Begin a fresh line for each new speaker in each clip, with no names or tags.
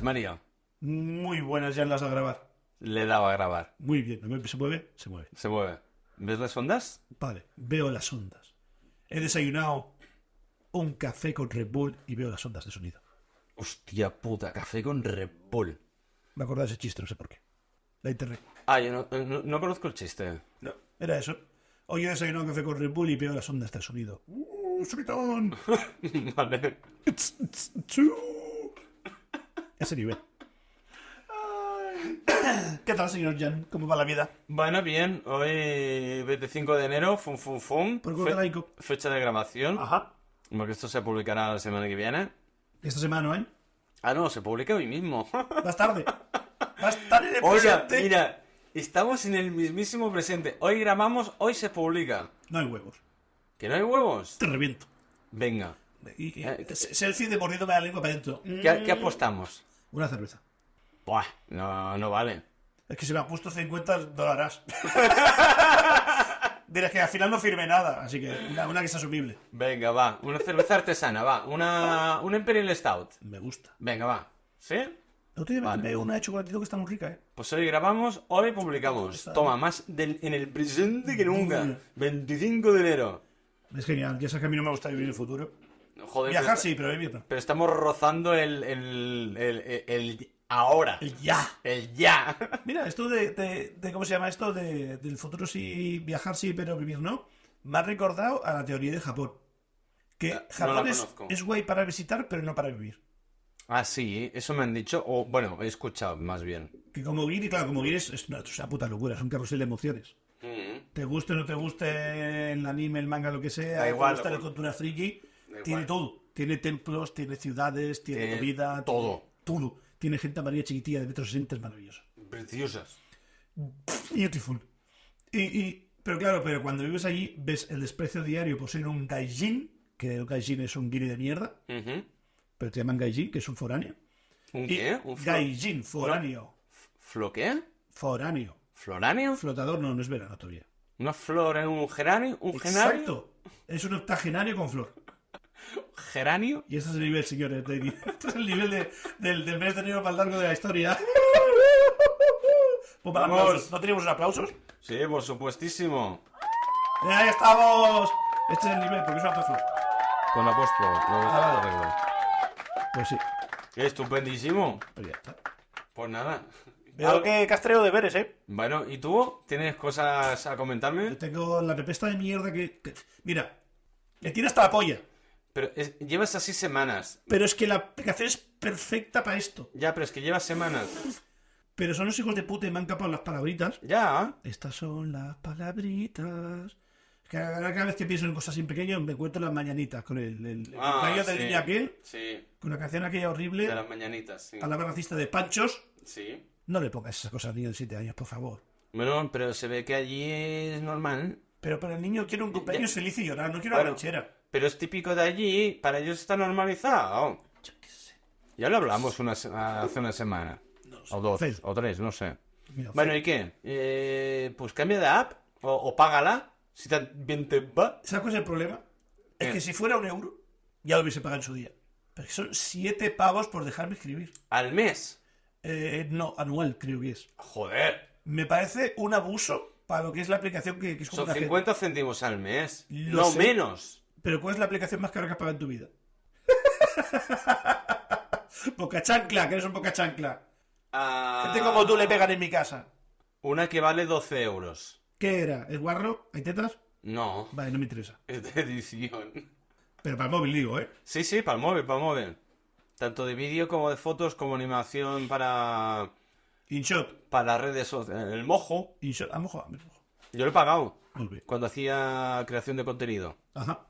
Mario.
Muy buenas, ya las a grabar.
Le daba a grabar.
Muy bien, no me- se mueve, se mueve.
Se mueve. ¿Ves las ondas?
Vale, veo las ondas. He desayunado un café con Red Bull y veo las ondas de sonido.
Hostia puta, café con Red Bull.
Me acordaba ese chiste, no sé por qué. La internet.
Ah, yo no, no- no conozco el chiste.
No, era eso. Hoy he desayunado un café con Red Bull y veo las ondas de sonido. ¡Uh, subidón!
vale.
Tss, tss, tsu. Ese nivel. ¿Qué tal, señor Jan? ¿Cómo va la vida?
Bueno, bien. Hoy, 25 de enero, fum fum fum.
Por culpa de la ICO.
fecha de Ah. grabación.
Ajá.
Porque esto se publicará la semana que viene.
Esta semana, ¿eh?
Ah, no, se publica hoy mismo.
Más tarde. Más tarde.
Oiga,
presente.
mira, estamos en el mismísimo presente. Hoy grabamos, hoy se publica.
No hay huevos.
¿Que no hay huevos?
Te reviento.
Venga.
Y, y-
Eh,
se- selfie de mordiéndome la lengua para adentro. Mm.
¿Qué, qué apostamos?
Una cerveza.
Buah, no, no vale.
Es que si me ha puesto 50 dólares. Dirás que al final no firme nada. Así que una, una que es asumible.
Venga, va. Una cerveza artesana, va. Una, una Imperial Stout.
Me gusta.
Venga, va. ¿Sí?
El otro día me
Vale.
compré una de chocolatito que está muy rica, ¿eh?
Pues hoy grabamos, hoy publicamos. Toma, más del- en el presente que nunca. 25 de enero.
Es genial. Ya sabes que a mí no me gusta vivir el futuro.
Joder.
Viajar
pero-
sí, pero vivir no.
Pero estamos rozando el, el, el, el- el ahora.
El ya.
El ya.
Mira, esto de, de- de- ¿cómo se llama esto? De- del futuro sí, viajar sí, pero vivir no. Me ha recordado a la teoría de Japón. Que
Ah, no
Japón
la
es,
conozco.
es guay para visitar, pero no para vivir.
Ah, sí, eso me han dicho. O bueno, he escuchado más bien.
Que como guiri, claro, como guiri es, es una, es una puta locura, es un carrusel de emociones. Te guste o no te guste el anime, el manga, lo que sea,
Da
te
igual,
gusta
lo-
la cultura friki,
Da
tiene
igual.
todo. Tiene templos, tiene ciudades, tiene
Tiene
comida,
todo.
tiene Todo. Tiene gente amarilla chiquitilla de metros 60, es maravilloso.
Preciosas.
Beautiful. Y, y- pero claro, pero cuando vives allí ves el desprecio diario por ser un gaijin, que un gaijin es un guiri de mierda, pero te llaman gaijin, que es un foráneo.
¿Un
Y
qué? ¿Un flo-
gaijin, foráneo.
flo qué?
Foráneo.
¿Floráneo?
Flotador no, no es verano todavía.
¿Una flor en un geranio? ¿Un genario?
Exacto. Es un octogenario con flor.
¿Geranio?
Y este es el nivel, señores. de- este es el nivel de- del, del mes de enero más largo de la historia. Pues para
Vamos.
aplausos. ¿No tenemos aplausos?
Sí, por supuestísimo.
¡Ahí estamos! Este es el nivel, porque es un aplauso.
Con apóstol. Luego
Ah, vale.
arreglo.
Pues sí,
Estupendísimo.
pues ya está.
Pues nada.
Veo que castreo deberes, ¿eh?
Bueno, ¿y tú? ¿Tienes cosas a
Yo
comentarme?
tengo la pepesta de mierda que, que- Mira, le tiene hasta la polla.
Pero es- llevas así semanas.
Pero es que la aplicación es perfecta para esto.
Ya, pero es que llevas semanas.
Pero son los hijos de puta y me han capado las palabritas.
Ya.
Estas son las palabritas. Es que ahora cada vez que pienso en cosas así pequeñas me encuentro las mañanitas con el, el, el
Ah,
cumpleaños de
sí.
niña aquel,
Sí.
con la canción aquella horrible,
De las mañanitas, sí.
palabra racista de panchos.
Sí.
No le pongas esas cosas al niño de 7 años, por favor.
Bueno, pero se ve que allí es normal.
Pero para el niño quiero un cumpleaños feliz y llorar, no quiero
Claro.
la ranchera.
Pero es típico de allí, para ellos está normalizado. Ya lo hablamos una se- hace una semana. O dos,
Fed.
o tres, no sé.
Mira,
Bueno, ¿y qué? Eh, pues cambia de app o, o págala, si tan bien te va.
¿Sabes cuál es el problema? Es
¿Qué?
que si fuera un euro, ya lo hubiese pagado en su día. Pero es que son siete pavos por dejarme escribir.
Al mes.
Eh, no, anual creo que es.
Joder.
Me parece un abuso para lo que es la aplicación que, que es como
Son
una gente.
50 céntimos al mes.
Lo
no
sé.
menos.
Pero ¿cuál es la aplicación más cara que has pagado en tu vida? Boca chancla, que eres un boca chancla.
Ah,
Gente como tú le pegan en mi casa.
Una que vale 12 euros.
¿Qué era? ¿El guarro? ¿Hay tetas?
No,
Vale, no me interesa.
es de edición.
Pero para el móvil digo, ¿eh?
Sí, sí, para el móvil, para el móvil. Tanto de vídeo como de fotos, como animación para,
InShot.
para las redes sociales. El mojo,
InShot. A lo mejor, a lo mejor.
yo lo he pagado
Muy bien.
cuando hacía creación de contenido
Ajá.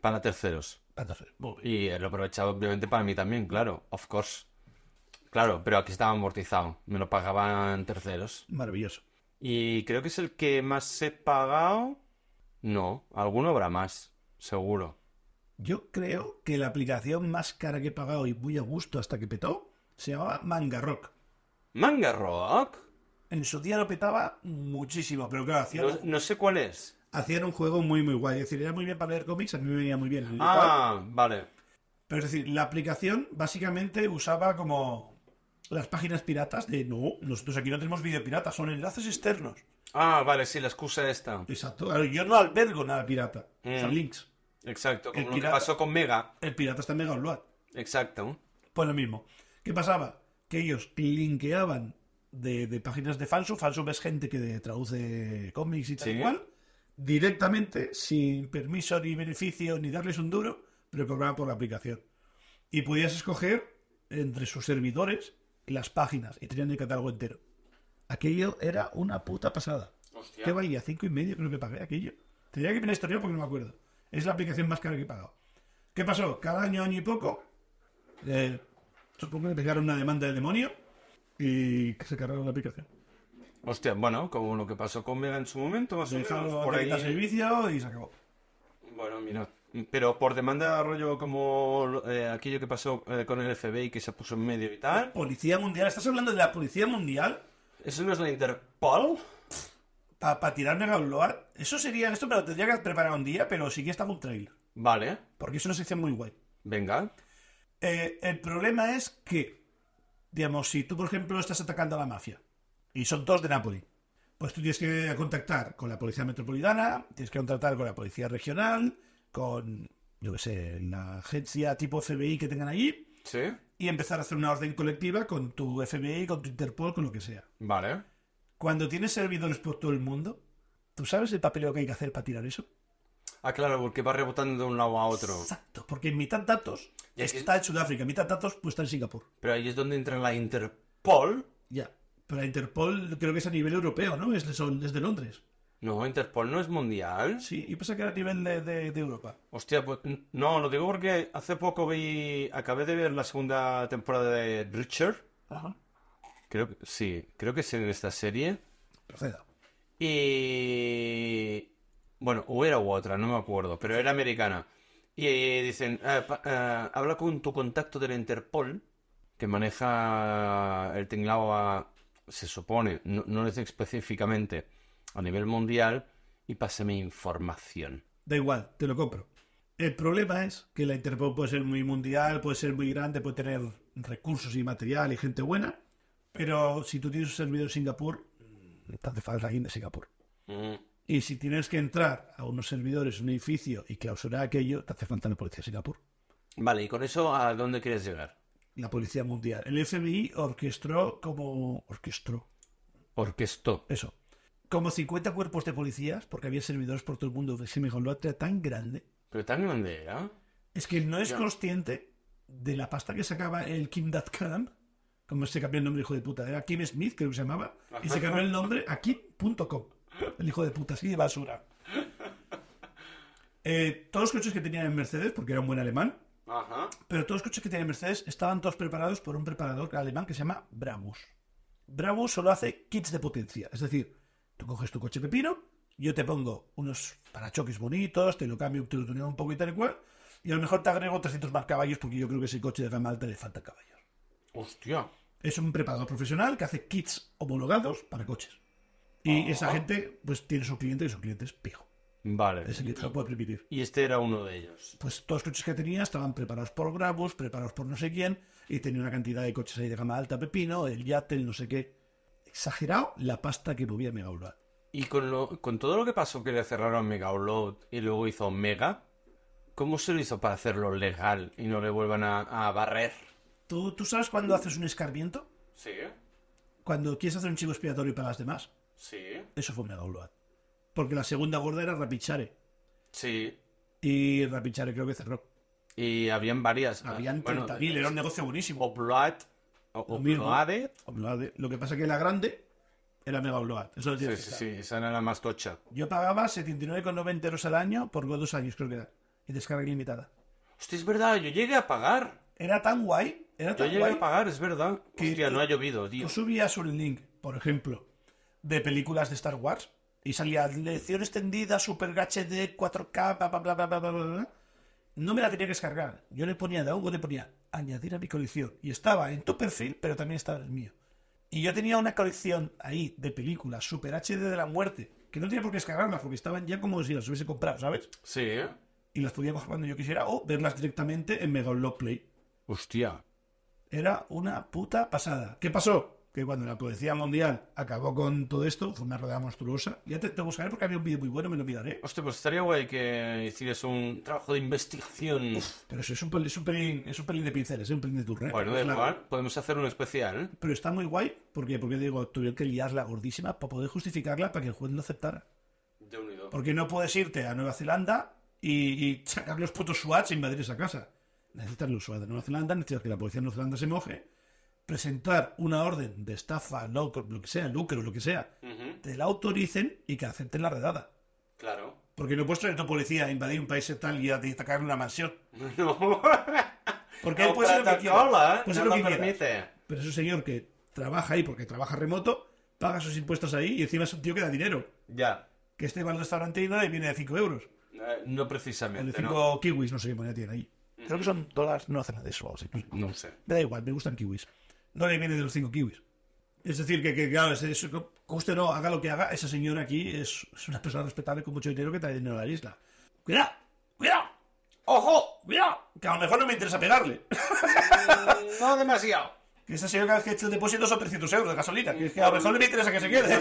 para terceros.
Entonces, muy bien.
Y lo he aprovechado obviamente para mí también, claro, of course. Claro, pero aquí estaba amortizado, me lo pagaban terceros.
Maravilloso.
Y creo que es el que más he pagado. No, alguno habrá más, seguro.
Yo creo que la aplicación más cara que he pagado y muy a gusto hasta que petó se llamaba Manga Rock.
Manga Rock.
En su día lo petaba muchísimo, pero claro, hacían,
No, no sé cuál es.
hacían un juego muy, muy guay. Es decir, era muy bien para leer cómics, a mí me venía muy bien.
Ah, vale.
Pero es decir, la aplicación básicamente usaba como las páginas piratas de no, nosotros aquí no tenemos video pirata, son enlaces externos.
Ah, vale, sí, la excusa esta.
Exacto. Claro, yo no albergo nada pirata,
Mm.
son links.
Exacto,
El
como lo que
pirata.
pasó con Mega.
El pirata está en Mega Upload.
Exacto.
Pues lo mismo. ¿Qué pasaba? Que ellos linkeaban de, de páginas de fansub. Fansub es gente que de- traduce cómics y tal
Sí.
y cual. Directamente, sin permiso ni beneficio, ni darles un duro, pero cobraban por la aplicación. Y podías escoger entre sus servidores las páginas y tenían el catálogo entero. Aquello era una puta pasada.
Hostia.
¿Qué valía? Cinco y medio creo que pagué aquello. Tendría que ver la historia porque no me acuerdo. Es la aplicación más cara que he pagado. ¿Qué pasó? Cada año, año y poco, eh, supongo que pegaron una demanda de demonio y que se cargaron la aplicación.
Hostia, bueno, como lo que pasó con Mega en su momento, más o
Se
menos,
dejaron
por ahí.
el servicio y se acabó.
Bueno, mira. Mm, Pero por demanda, rollo como eh, aquello que pasó eh, con el FBI que se puso en medio y tal.
Policía Mundial, ¿estás hablando de la Policía Mundial?
¿Eso no es la Interpol?
Para tirarme a Upload. Eso sería esto, pero tendría que preparar un día, pero sí que estaba un trailer.
Vale,
Porque es una sección muy guay.
venga.
Eh, el problema es que, digamos, si tú, por ejemplo, estás atacando a la mafia y son dos de Nápoles, pues tú tienes que contactar con la policía metropolitana, tienes que contactar con la policía regional, con, yo qué sé, la agencia tipo FBI que tengan allí
¿Sí?
y empezar a hacer una orden colectiva con tu FBI, con tu Interpol, con lo que sea.
Vale.
Cuando tienes servidores por todo el mundo, ¿tú sabes el papeleo que hay que hacer para tirar eso?
Ah, claro, porque va rebotando de un lado a otro.
Exacto, porque en mitad datos
Y aquí-
está en Sudáfrica, en mitad datos pues está en Singapur.
Pero ahí es donde entra la Interpol.
Ya. Pero la Interpol creo que es a nivel europeo, ¿no? Es de, son- desde Londres.
No, Interpol no es mundial.
Sí, y pasa que era a nivel de, de- de Europa.
Hostia, pues n- no, lo digo porque hace poco vi, acabé de ver la segunda temporada de Richard.
Ajá.
Creo que sí, creo que es en esta serie.
Proceda.
Y bueno, o era u otra, no me acuerdo, pero era americana. Y eh, dicen, "Ah, pa- ah, habla con tu contacto de la Interpol, que maneja el tinglao a, se supone, no, no es específicamente, a nivel mundial, y pásame información.
Da igual, te lo compro. El problema es que la Interpol puede ser muy mundial, puede ser muy grande, puede tener recursos y material y gente buena. Pero si tú tienes un servidor en Singapur, mm, te hace falta alguien de Singapur.
Mm,
Y si tienes que entrar a unos servidores, un edificio y clausurar aquello, te hace falta la policía de Singapur.
Vale, y con eso, ¿a dónde quieres llegar?
La policía mundial. El FBI orquestó como... Orquestó.
Orquestó.
Eso. Como 50 cuerpos de policías, porque había servidores por todo el mundo de Semigolatra tan grande,
Pero tan grande ¿eh? era.
es que no es
Ya.
consciente de la pasta que sacaba el Kim Dat Khan, como se cambió el nombre, hijo de puta. Era Kim Smith, creo que se llamaba, y se cambió el nombre a Kim.com. El hijo de puta, así de basura. Eh, todos los coches que tenían en Mercedes, porque era un buen alemán,
Ajá.
pero todos los coches que tiene Mercedes estaban todos preparados por un preparador alemán que se llama Brabus. Brabus solo hace kits de potencia. Es decir, tú coges tu coche pepino, yo te pongo unos parachoques bonitos, te lo cambio, te lo tuneo un poco y tal y cual, y a lo mejor te agrego 300 más caballos porque yo creo que ese coche de gama alta le falta caballos.
Hostia.
Es un preparador profesional que hace kits homologados para coches. Y esa
Ajá.
gente, pues tiene sus clientes y sus clientes pijo.
Vale.
Es el que se lo puede permitir
Y este era uno de ellos.
pues todos los coches que tenía estaban preparados por Brabus, preparados por no sé quién, y tenía una cantidad de coches ahí de gama alta, Pepino, el Yate, el no sé qué. Exagerado la pasta que movía Mega Upload.
Y con, lo, con todo lo que pasó que le cerraron Mega Upload y luego hizo Mega, ¿cómo se lo hizo para hacerlo legal y no le vuelvan a, a barrer?
¿Tú, ¿Tú sabes cuando haces un escarmiento?
Sí,
Cuando quieres hacer un chivo expiatorio para las demás.
sí.
Eso fue Mega Upload. Porque la segunda gorda era Rapichare.
Sí.
Y Rapichare creo que cerró.
Y habían varias. ah,
Habían 30.000, era un negocio buenísimo.
Upload.
Lo mismo.
Uploaded.
Upload, Lo que pasa que la grande era Mega Upload. Eso lo
Sí,
tienes
sí,
que
sí,
saber.
esa era la más tocha.
Yo pagaba 79,90 euros al año por dos años, creo que era. Y descarga ilimitada.
Hostia, es verdad, yo llegué a pagar.
era tan guay, era
Yo
tan
llegué
guay.
a pagar, es verdad.
Que-
Hostia, no ha llovido, tío.
Tú subías un link, por ejemplo, de películas de Star Wars y salía lección extendida, super HD, 4K, bla bla bla bla bla bla, bla, bla. No me la tenía que descargar. Yo le ponía download, le ponía añadir a mi colección y estaba en tu perfil, pero también estaba en el mío. Y yo tenía una colección ahí de películas super HD de la muerte que no tenía por qué descargarlas porque estaban ya como si las hubiese comprado, ¿sabes?
Sí, ¿eh?
Y las podía bajar cuando yo quisiera o verlas directamente en Mega Upload Play.
Hostia.
Era una puta pasada. ¿Qué pasó? Que cuando la policía mundial acabó con todo esto, fue una rueda monstruosa. Ya te, te buscaré porque había un vídeo muy bueno, me lo olvidaré.
Hostia, pues estaría guay que hicieras un trabajo de investigación.
Pero eso es un, pel- es un pelín, es un pelín de pinceles, es un pelín de turré.
bueno, Pues da
Es la-
igual, podemos hacer un especial.
Pero está muy guay, porque, porque digo, tuvieron que liarla gordísima para poder justificarla para que el juez lo aceptara.
De unido.
Porque no puedes irte a Nueva Zelanda y, y sacar los putos SWATs e invadir esa casa. Necesitas los SWAT de Nueva Zelanda, necesitas que la policía de Nueva Zelanda se moje, presentar una orden de estafa, loco, lo que sea, lucro, lo que sea, te la autoricen y que acepten la redada.
Claro.
Porque no puedes traer a tu policía a invadir un país tal y a y atacar una mansión.
No.
Porque él puede ser lo que quiera.
Coca-Cola, ¿eh?
Puede
no
ser lo
lo
que quiera.
permite.
Pero es un señor que trabaja ahí porque trabaja remoto, paga sus impuestos ahí y encima es un tío que da dinero.
Ya.
Que este va al restaurante y da y viene de 5 euros.
Eh, No
El de
precisamente,
5
¿no?
kiwis, no sé qué moneda tiene ahí. Creo que son dólares no hacen nada de eso. o sea, no sé.
No sé.
Me da igual, me gustan kiwis. No le viene de los 5 kiwis. Es decir, que, que, claro, es- es- guste o no, haga lo que haga, esa señora aquí es, es una persona respetable con mucho dinero que trae dinero a la isla. ¡Cuidado! ¡Cuidado!
¡Ojo!
¡Cuidado! Que a lo mejor no me interesa pegarle.
No demasiado.
Que esta señora cada vez que ha hecho el depósito son 300 euros de gasolina. Que, es que a lo mejor no me interesa que se quede.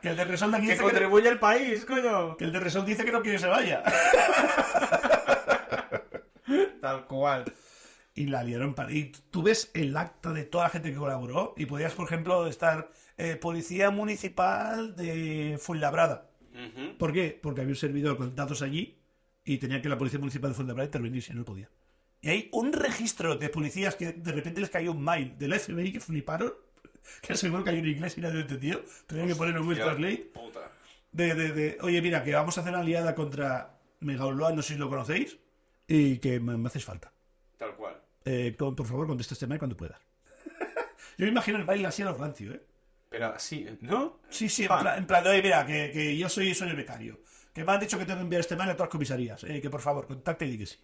que el de Resol de aquí
Que
dice que, no-
contribuye el país, coño.
que el de Resol dice que no quiere que se vaya.
Tal cual.
Y la liaron para... Y tú ves el acta de toda la gente que colaboró y podías, por ejemplo, estar eh, policía municipal de Fuenlabrada. ¿Por qué? Porque había un servidor con datos allí y tenía que la policía municipal de Fuenlabrada intervenir si no podía. Y hay un registro de policías que de repente les cayó un mail del FBI que fliparon, que seguro que hay un inglés y nadie lo entendió, tenían que poner un Google Translate,
Puta.
de, de, de, oye, mira, que vamos a hacer una aliada contra Megaoloa, no sé si lo conocéis, y que me, me hacéis falta.
Tal cual.
Eh, con- por favor, contesta este mail cuando puedas. Yo me imagino el baile así a los rancio, ¿eh? Ah.
Pero así, ¿no?
Sí, sí, en
Fan.
plan, en plan de, oye, mira, que, que yo soy, soy el becario. Que me han dicho que tengo que enviar este mail a todas las comisarías. eh, que por favor, contacte y di que sí.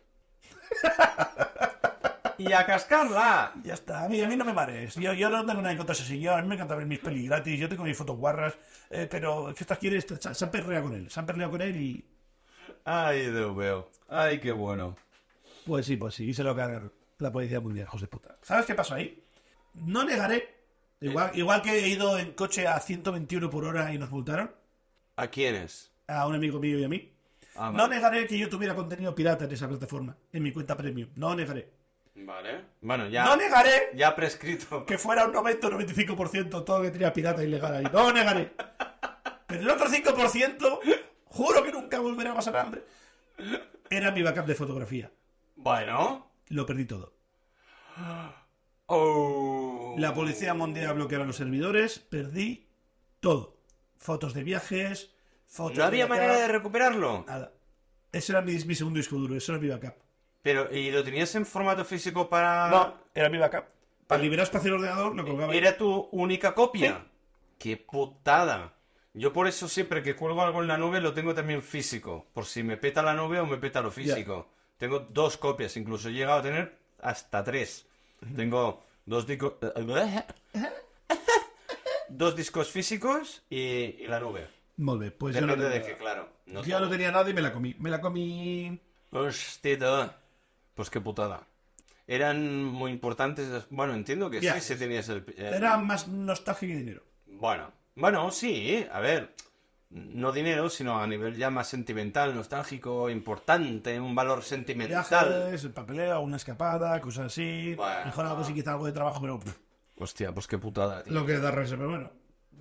¡Y a cascarla!
Ya está, a mí, a mí no me marees. Yo, yo no tengo nada en contra de ese señor. A mí me encanta ver mis pelis gratis. Yo tengo mis fotos guarras. eh, pero es que estas quieres. Se se han perreado con él. Se han perreado con él y.
Ay, Dios mío. Ay, qué bueno.
Pues sí, pues sí. Y se lo cargan la policía mundial, hijos de puta. ¿Sabes qué pasó ahí? No negaré. Igual, igual que he ido en coche a 121 por hora y nos multaron.
¿A quiénes?
a un amigo mío y a mí.
Ah,
No negaré que yo tuviera contenido pirata en esa plataforma, en mi cuenta premium. No negaré.
Vale. Bueno, ya,
No negaré
ya prescrito.
que fuera un 90 o 95% todo lo que tenía pirata ilegal ahí. No negaré. Pero el otro 5%, juro que nunca volveré a pasar hambre. Era mi backup de fotografía.
Bueno.
Lo perdí todo.
Oh.
La policía mundial bloquearon los servidores, perdí todo. Fotos de viajes, fotos
No había
de backup,
manera de recuperarlo.
nada. Ese era mi, mi segundo disco duro, eso era mi backup.
Pero, ¿y lo tenías en formato físico para...?
No, era mi backup. Para liberar espacio del ordenador lo colgaba ahí.
Era tu única copia. ¡Qué putada! Yo por eso siempre que cuelgo algo en la nube lo tengo también físico. Por si me peta la nube o me peta lo físico. Tengo dos copias, incluso he llegado a tener hasta tres. Tengo dos discos... dos discos físicos y, y la nube.
Molt bé, pues yo no,
Depende
tenía,
de que, claro. No
yo no tenía nada y me la comí. Me la comí...
Hostia, tú. pues qué putada. Eran muy importantes. las- Bueno, entiendo que sí,
Viajes.
si tenías el. el-
Era más nostalgia que dinero.
Bueno, bueno, sí, a ver. No dinero, sino a nivel ya más sentimental, nostálgico, importante, un valor sentimental.
Viajes, el papeleo, una escapada, cosas así.
Bueno.
Mejor algo sí quizá algo de trabajo, pero pff,
Hostia, pues qué putada, tío.
lo que da revés. Pero bueno,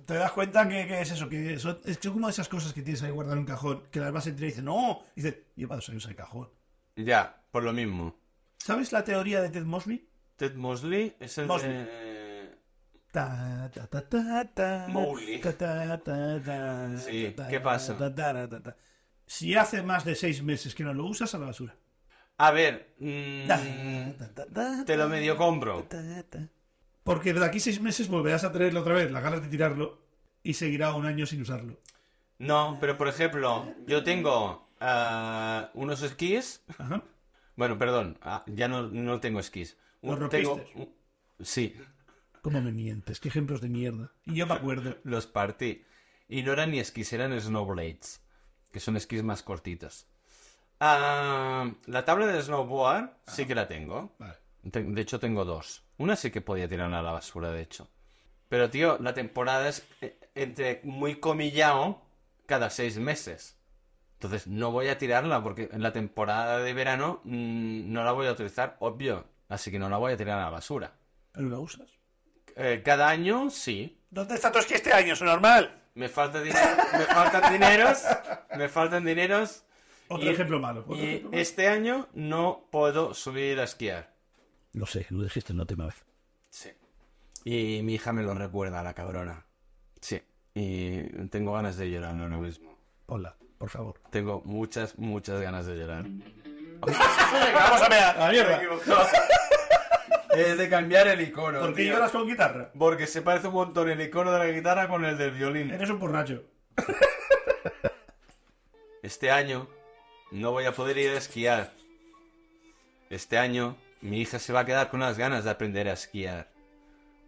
te das cuenta que, que es eso, que son, es que es como esas cosas que tienes ahí guardado en un cajón, que las vas a entrar y dices, no, y dices, lleva dos años en el cajón.
Ya, por lo mismo.
¿Sabes la teoría de Ted Mosby?
Ted Mosley es el eh,
Mosley.
de-
Ta, ta, ta, ta, ta,
Mowgli.
ta, ta, ta, ta,
Sí,
ta,
¿qué pasa?
ta, ta, ta, ta, ta. Si hace más de seis meses que no lo usas, a la basura.
A ver, mm,
Ta, ta, ta,
te lo medio compro.
ta, ta. Porque de aquí seis meses volverás a tenerlo otra vez, las ganas de tirarlo, y seguirá un año sin usarlo.
No, pero por ejemplo, yo tengo ah, unos esquís.
Ajá.
Bueno, perdón, ah, ya no, no tengo esquís.
¿Los
Un-
rompiste?
tengo, un- sí,
¿Cómo me mientes? ¿Qué ejemplos de mierda? Y yo me acuerdo.
los partí. Y no eran ni esquís, eran snowblades, que son esquís más cortitos. Ah, la tabla de snowboard sí que la tengo.
Vale.
Te- De hecho, tengo dos. Una sí que podía tirar a la basura, de hecho. Pero, tío, la temporada es eh, entre muy comillado cada seis meses. Entonces, no voy a tirarla porque en la temporada de verano mm, no la voy a utilizar, obvio. Así que no la voy a tirar a la basura.
Pero la usas.
Eh, cada año, sí.
¿Dónde está Toski este año? ¿Es normal?
Me falta dinero, me faltan dineros, me faltan dineros.
Otro
Y-
ejemplo malo. otro
Y
ejemplo malo.
este año no puedo subir a esquiar.
No sé, lo dijiste en la última vez.
Sí. Y mi hija me lo recuerda, la cabrona. Sí. Y tengo ganas de llorar ahora mismo.
Hola, por favor.
Tengo muchas, muchas ganas de llorar.
Vamos a ver.
¡A la mierda!
Es Eh, de cambiar el icono.
¿Por qué
tío.
lloras con guitarra?
Porque se parece un montón el icono de la guitarra con el del violín.
Eres un borracho.
Este año no voy a poder ir a esquiar. Este año mi hija se va a quedar con las ganas de aprender a esquiar.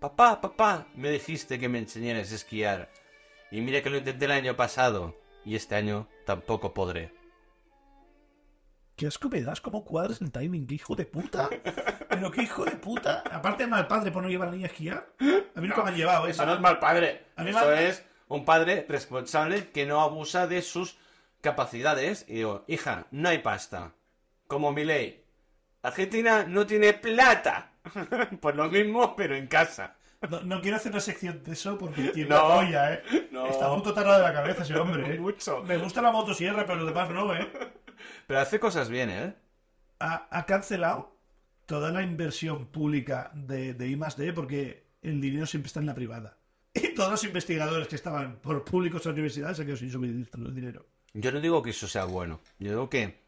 Papá, papá, me dijiste que me enseñaras a esquiar. Y mira que lo intenté el año pasado. Y este año tampoco podré.
Qué asco me das, cómo cuadras el timing, qué hijo de puta.
Pero qué hijo de puta. Aparte mal padre por no llevar a la niña a esquiar. A mí nunca me han llevado eso.
Eso no es mal padre.
A mí
Eso
mal-
es un padre responsable que no abusa de sus capacidades. Y digo, hija, no hay pasta. Como mi ley. Argentina no tiene plata. pues lo mismo, pero en casa.
No, no quiero hacer una sección de eso porque tiene
No.
la olla, ¿eh?
No.
Está puto tarado de la cabeza ese hombre, ¿eh?
Mucho.
Me gusta la motosierra, pero los demás no, ¿eh?
Pero hace cosas bien, ¿eh?
ha, ha cancelado toda la inversión pública de, de I más D porque el dinero siempre está en la privada. Y todos los investigadores que estaban por públicos a universidades se han quedado sin suministro el dinero.
Yo no digo que eso sea bueno. Yo digo que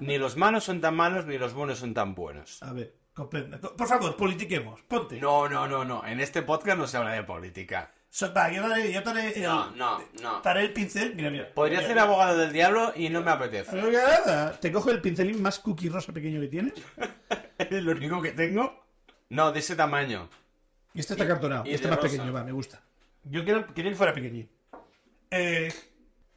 ni los malos son tan malos ni los buenos son tan buenos.
A ver, comprenda. Co- Por favor, politiquemos. Ponte.
No, no, no, no. En este podcast no se habla de política.
So- va, yo daré, yo daré, el,
No, no, no.
daré eh, el pincel. Mira, mira.
Podría ser abogado del diablo y no me apetece.
No, ya nada. Te cojo el pincelín más cookie rosa pequeño que tienes.
¿Es lo único que tengo? No, de ese tamaño.
Y este está cartonado.
y
Y este
de
más
rosa.
pequeño, va, me gusta. Yo quiero, quería que fuera pequeñín. Eh,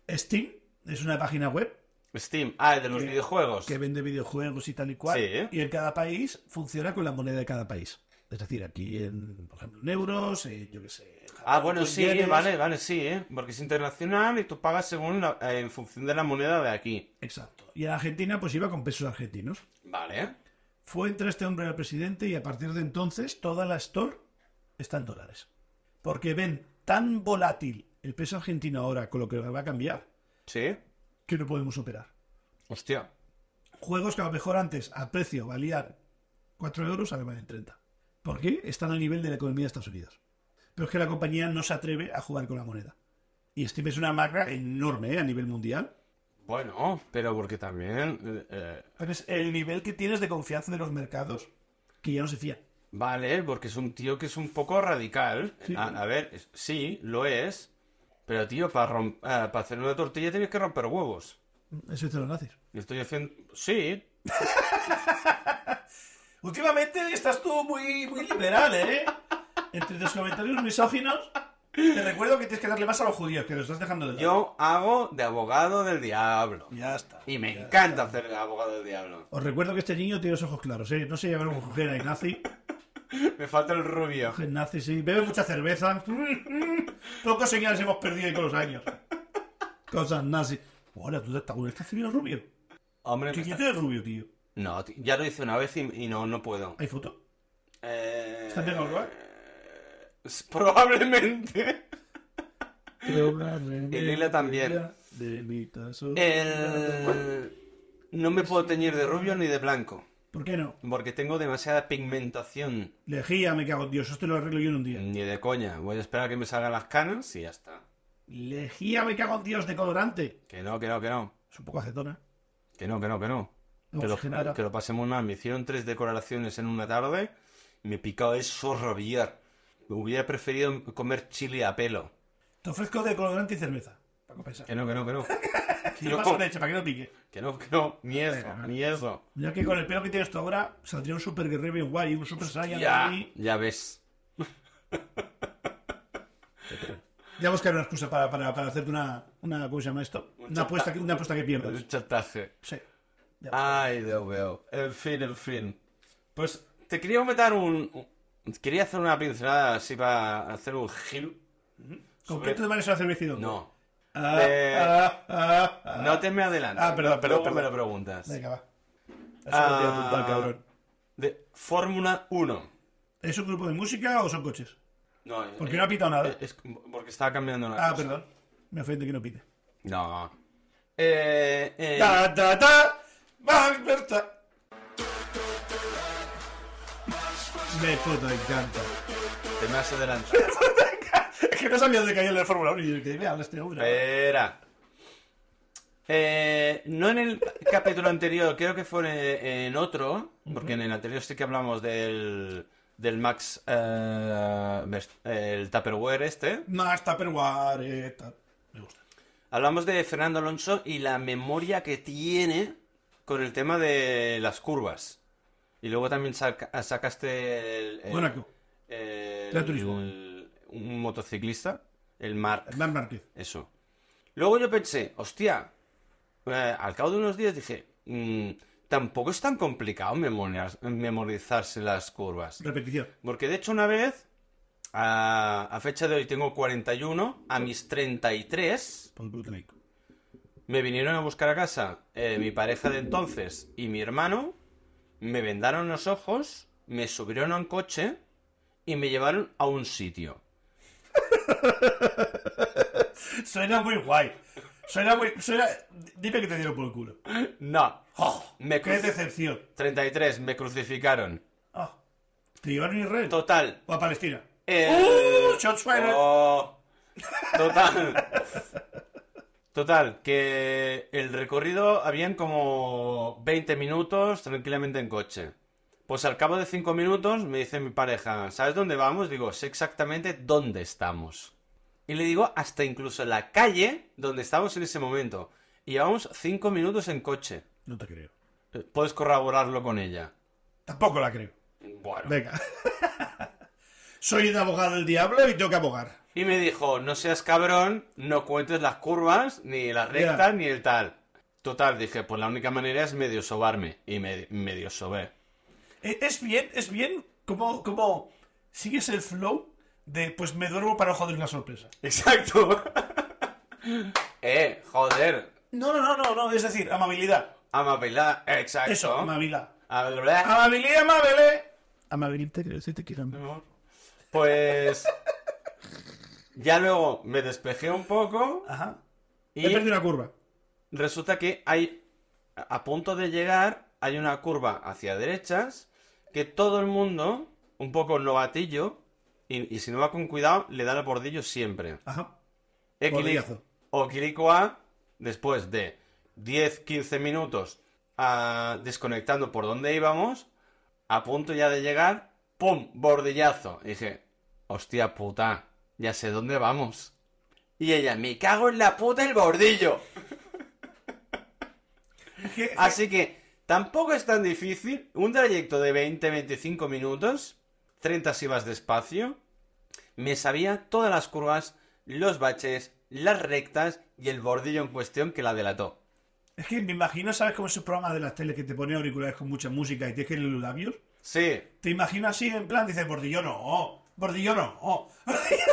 Steam es una página web
Steam, ah, el de los videojuegos.
que vende videojuegos y tal y cual.
Sí, ¿eh?
Y en cada país funciona con la moneda de cada país. Es decir, aquí, en, por ejemplo, en euros, en, yo qué sé. en
Ah, bueno,
japoneses,
sí,
yenes.
vale, vale, sí, ¿eh? Porque es internacional y tú pagas según la- eh, en función de la moneda de aquí.
Exacto. Y en Argentina, pues iba con pesos argentinos.
Vale.
Fue entre este hombre al presidente y a partir de entonces toda la store está en dólares. Porque ven tan volátil el peso argentino ahora con lo que va a cambiar
Sí.
que no podemos operar.
Hostia.
Juegos que a lo mejor antes a precio valían 4 euros, ahora valen 30. ¿Por qué? Están al nivel de la economía de Estados Unidos. Pero es que la compañía no se atreve a jugar con la moneda. Y Steam es una marca enorme ¿eh? a nivel mundial.
Bueno, pero porque también... eh, eh,
Pero es el nivel que tienes de confianza de los mercados que ya no se fían.
vale, porque es un tío que es un poco radical.
Sí.
A, a ver, es- sí, lo es. Pero, tío, para, rom- ah, para hacer una tortilla tienes que romper huevos.
Eso dicen los nazis.
Y Estoy haciendo... Sí.
Últimamente estás tú muy, muy liberal, ¿eh? Entre tus comentarios misóginos, te recuerdo que tienes que darle más a los judíos, que los estás dejando de lado.
Yo hago de abogado del diablo.
Ya está.
Y me
Ya
encanta hacer de abogado del diablo.
Os recuerdo que este niño tiene los ojos claros, ¿eh? No se llama un mujer ni nazi.
Me falta el rubio.
Mujer nazi, sí. Bebe mucha cerveza. Pocos señales hemos perdido ahí con los años. Cosas nazis. Hola, tú estás con estás civil rubio.
Hombre, me
¿Qué
está-
tienes rubio, tío?
no, ti- ya lo hice una vez y, y no, no puedo.
¿Hay foto?
Eh,
¿Está bien, Olga?
s- Probablemente. Y Lila también. El- No me puedo teñir de rubio ni de blanco,
¿Por qué no?
porque tengo demasiada pigmentación.
Lejía, me cago en Dios. Esto lo arreglo yo en un día.
Ni de coña. Voy a esperar a que me salgan las canas y ya está.
Lejía, me cago en Dios, de colorante.
Que no, que no, que no.
Es un poco acetona.
Que no, que no, que no. Que
Oxigenada.
lo, que lo pasé muy mal. Me hicieron tres decoraciones en una tarde y me picaba eso rabiar. Me hubiera preferido comer chile a pelo.
Te ofrezco de colorante y cerveza. Para compensar.
Que no, que no, que no.
Y un
no.
vaso de leche, para que no pique.
Que no, que no. Ni eso, ni eso.
Ya que con el pelo que tienes tú ahora, saldría un super guerrero bien guay, un super saiyan
Ya,
ahí.
ya ves.
Ya buscaré una excusa para, para, para hacerte una, una. ¿Cómo se llama esto? Una apuesta, que- una
Pues,
apuesta que pierdas.
El chantaje.
Sí.
Ay, Dios mío. En fin, en fin. Pues te quería comentar un. un- Quería hacer una pincelada así para hacer un gil.
¿Con
Sobre-
qué te parece hacer vestido?
pues, No.
Ah,
Eh,
ah, ah, ah.
No te me adelantes.
Ah, perdón, perdón,
Luego
perdón.
me lo preguntas.
Venga, va.
Ah,
Eso, no te voy a apuntar, cabrón.
de Fórmula 1.
¿Es un grupo de música o son coches?
No, es-
Porque no ha pitado nada.
es- porque estaba cambiando una
Ah,
cosa.
perdón. Me ofende que no pite.
No. Eh, eh,
Ta, ta, ta. Va, Berta.
Me puto encanta.
te me has adelantado.
Es que no sabía dónde caía el de Fórmula 1 y yo, ¿de qué hablas este hombre?
Espera. Eh, no en el capítulo anterior, creo que fue en, en otro, porque en el anterior sí que hablamos del, del Max, eh, Verst- el Tupperware este.
Más Tupperware, eh, tal. Me gusta.
Hablamos de Fernando Alonso y la memoria que tiene con el tema de las curvas. Y luego también saca- sacaste el, el-
Mónaco.
el-
Gran Turismo.
el- un motociclista, el Mark
Hernán Márquez.
Eso. Luego yo pensé, hostia, eh, al cabo de unos días dije, mm, tampoco es tan complicado memorias- memorizarse las curvas.
Repetición.
Porque de hecho una vez, a, a fecha de hoy tengo 41, a mis 33
Por bootleg.
me vinieron a buscar a casa eh, mi pareja de entonces y mi hermano, me vendaron los ojos, me subieron a un coche y me llevaron a un sitio.
Suena muy guay. Suena muy. Suena... Dime que te dieron por el culo.
No,
¡Oh!
me
¡Qué
cruci-
decepción!
33, me crucificaron.
Ah, ¿Te llevaron a Israel?
Total,
¿O a Palestina?
Eh,
¡Uh! ¡Shots fired!
oh, total. Total, que el recorrido habían como 20 minutos tranquilamente en coche. Pues al cabo de 5 minutos me dice mi pareja, ¿sabes dónde vamos? Digo, sé exactamente dónde estamos. Y le digo hasta incluso la calle donde estamos en ese momento. Y llevamos 5 minutos en coche.
No te creo.
Eh, Puedes corroborarlo con ella.
Tampoco la creo.
Bueno.
Venga. Soy el abogado del diablo y tengo que abogar.
Y me dijo, no seas cabrón, no cuentes las curvas, ni las rectas,
Ya.
ni el tal. Total, dije, pues la única manera es medio sobarme. Y me, medio sobé.
Eh, Es bien, es bien como, como sigues el flow de pues me duermo para joder una sorpresa.
Exacto. eh, joder.
No, no, no, no, no, es decir, amabilidad.
Amabilidad, exacto.
Eso, amabilidad.
Amabilidad.
Amabilidad, amable.
Amabilidad, quiero decirte que era-
Pues... Ya luego me despejé un poco
Ajá. He
y
perdido una curva.
resulta que hay... A punto de llegar, hay una curva hacia derechas que todo el mundo, un poco novatillo, y, y si no va con cuidado, le da el bordillo siempre.
Ajá.
Equili-
Bordillazo.
o Quilicoa, después de 10-15 minutos ah, desconectando por donde íbamos, a punto ya de llegar, ¡pum! Bordillazo. Y dije, hostia puta, ya sé dónde vamos. Y ella, me cago en la puta el bordillo.
Ah.
Así que tampoco es tan difícil. Un trayecto de 20-25 minutos, 30 si vas despacio. Me sabía todas las curvas, los baches, las rectas y el bordillo en cuestión que la delató.
Es que me imagino, ¿sabes cómo esos programas de las teles que te ponen auriculares con mucha música y te que los labios?
Sí,
Te imagino así, en plan, dices, bordillo no, oh, bordillo no, oh.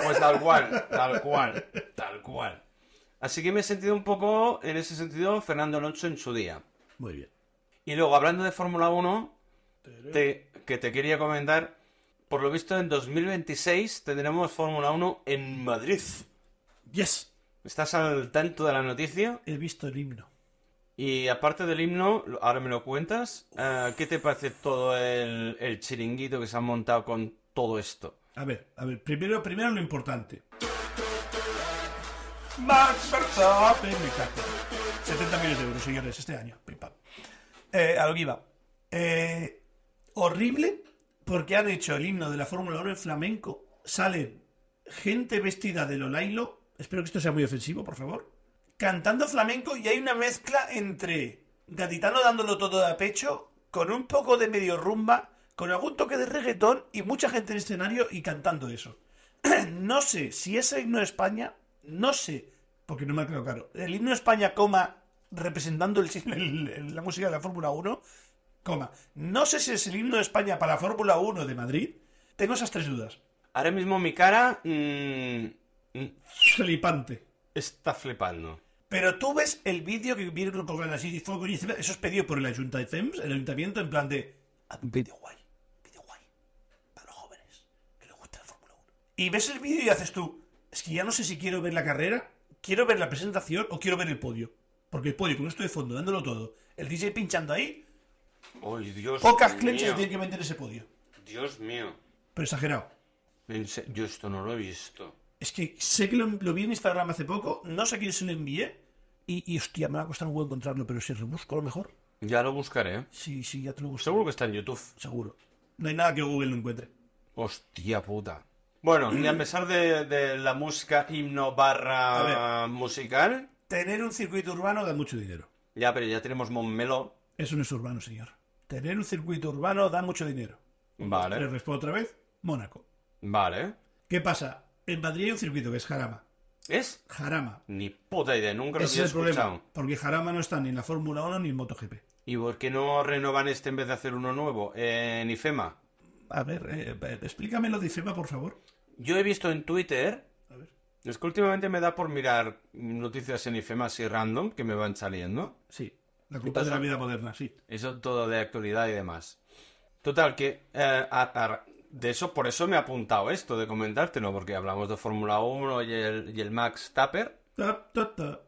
pues tal cual, tal cual, tal cual. Así que me he sentido un poco, en ese sentido, Fernando Alonso en su día.
Muy bien.
Y luego, hablando de Fórmula 1, te- que te quería comentar, por lo visto en 2026 tendremos Fórmula 1 en Madrid.
Yes.
¿Estás al tanto de la noticia?
He visto el himno.
Y aparte del himno, lo- ahora me lo cuentas, eh, ¿qué te parece todo el, el chiringuito que se han montado con todo esto?
A ver, a ver, primero, primero lo importante.
Max Berta.
Pepe me cago. 70 millones de euros, señores, este año. Pim, pam. Eh, a lo que iba. Eh, horrible, porque han hecho el himno de la Fórmula 1 en flamenco. Salen gente vestida de Lolailo. Espero que esto sea muy ofensivo, por favor. Cantando flamenco y hay una mezcla entre Gaditano dándolo todo de a pecho, con un poco de medio rumba, con algún toque de reggaetón y mucha gente en el escenario y cantando eso. No sé si ese himno de España, no sé, porque no me ha quedado claro. El himno de España, coma, representando el- el- el- la música de la Fórmula 1, coma, no sé si es el himno de España para la Fórmula 1 de Madrid. Tengo esas tres dudas.
Ahora mismo mi cara mm, mm,
Flipante.
está flipando.
Pero tú ves el vídeo que vieron con así de fuego y encima- eso es pedido por el Ayunta de Fems, el ayuntamiento, en plan de haz un vídeo guay, vídeo guay, para los jóvenes que les gusta la Fórmula 1. Y ves el vídeo y haces tú, es que ya no sé si quiero ver la carrera, quiero ver la presentación o quiero ver el podio. Porque el podio con esto de fondo, dándolo todo, el DJ pinchando ahí,
¡Ay, Dios
pocas
mío!
clenches se tienen que meter en ese podio.
Dios mío.
Pero exagerado.
En se- Yo esto no lo he visto.
Es que sé que lo, lo vi en Instagram hace poco, no sé a quién se lo envié, y, y hostia, me va a costar un huevo encontrarlo, pero si rebusco a lo mejor,
Ya lo buscaré.
sí, sí, ya te lo busco.
Seguro que está en YouTube.
Seguro. No hay nada que Google no encuentre.
Hostia puta. Bueno, y a pesar de, de la música himno barra musical,
Tener un circuito urbano da mucho dinero.
ya, pero ya tenemos Montmeló.
Eso no es urbano, señor. Tener un circuito urbano da mucho dinero. Le
Vale,
respondo otra vez, Mónaco.
vale.
¿Qué pasa? En Madrid hay un circuito que es Jarama.
¿Es?
Jarama.
Ni puta idea, nunca lo
Ese
había
es el
escuchado.
problema. Porque Jarama no está ni en la Fórmula 1 ni en MotoGP.
¿Y por qué no renovan este en vez de hacer uno nuevo? Eh, En IFEMA.
A ver, eh, eh, explícame lo de IFEMA, por favor.
Yo he visto en Twitter.
A ver.
Es que últimamente me da por mirar noticias en IFEMA así random que me van saliendo.
Sí. La culpa
pasa?
de la vida moderna, sí.
Eso todo de actualidad y demás. Total, que eh, a- a- de eso, por eso me he apuntado esto de comentártelo, porque hablamos de Fórmula 1 y el, y el Max Tapper.
Ta, ta, ta.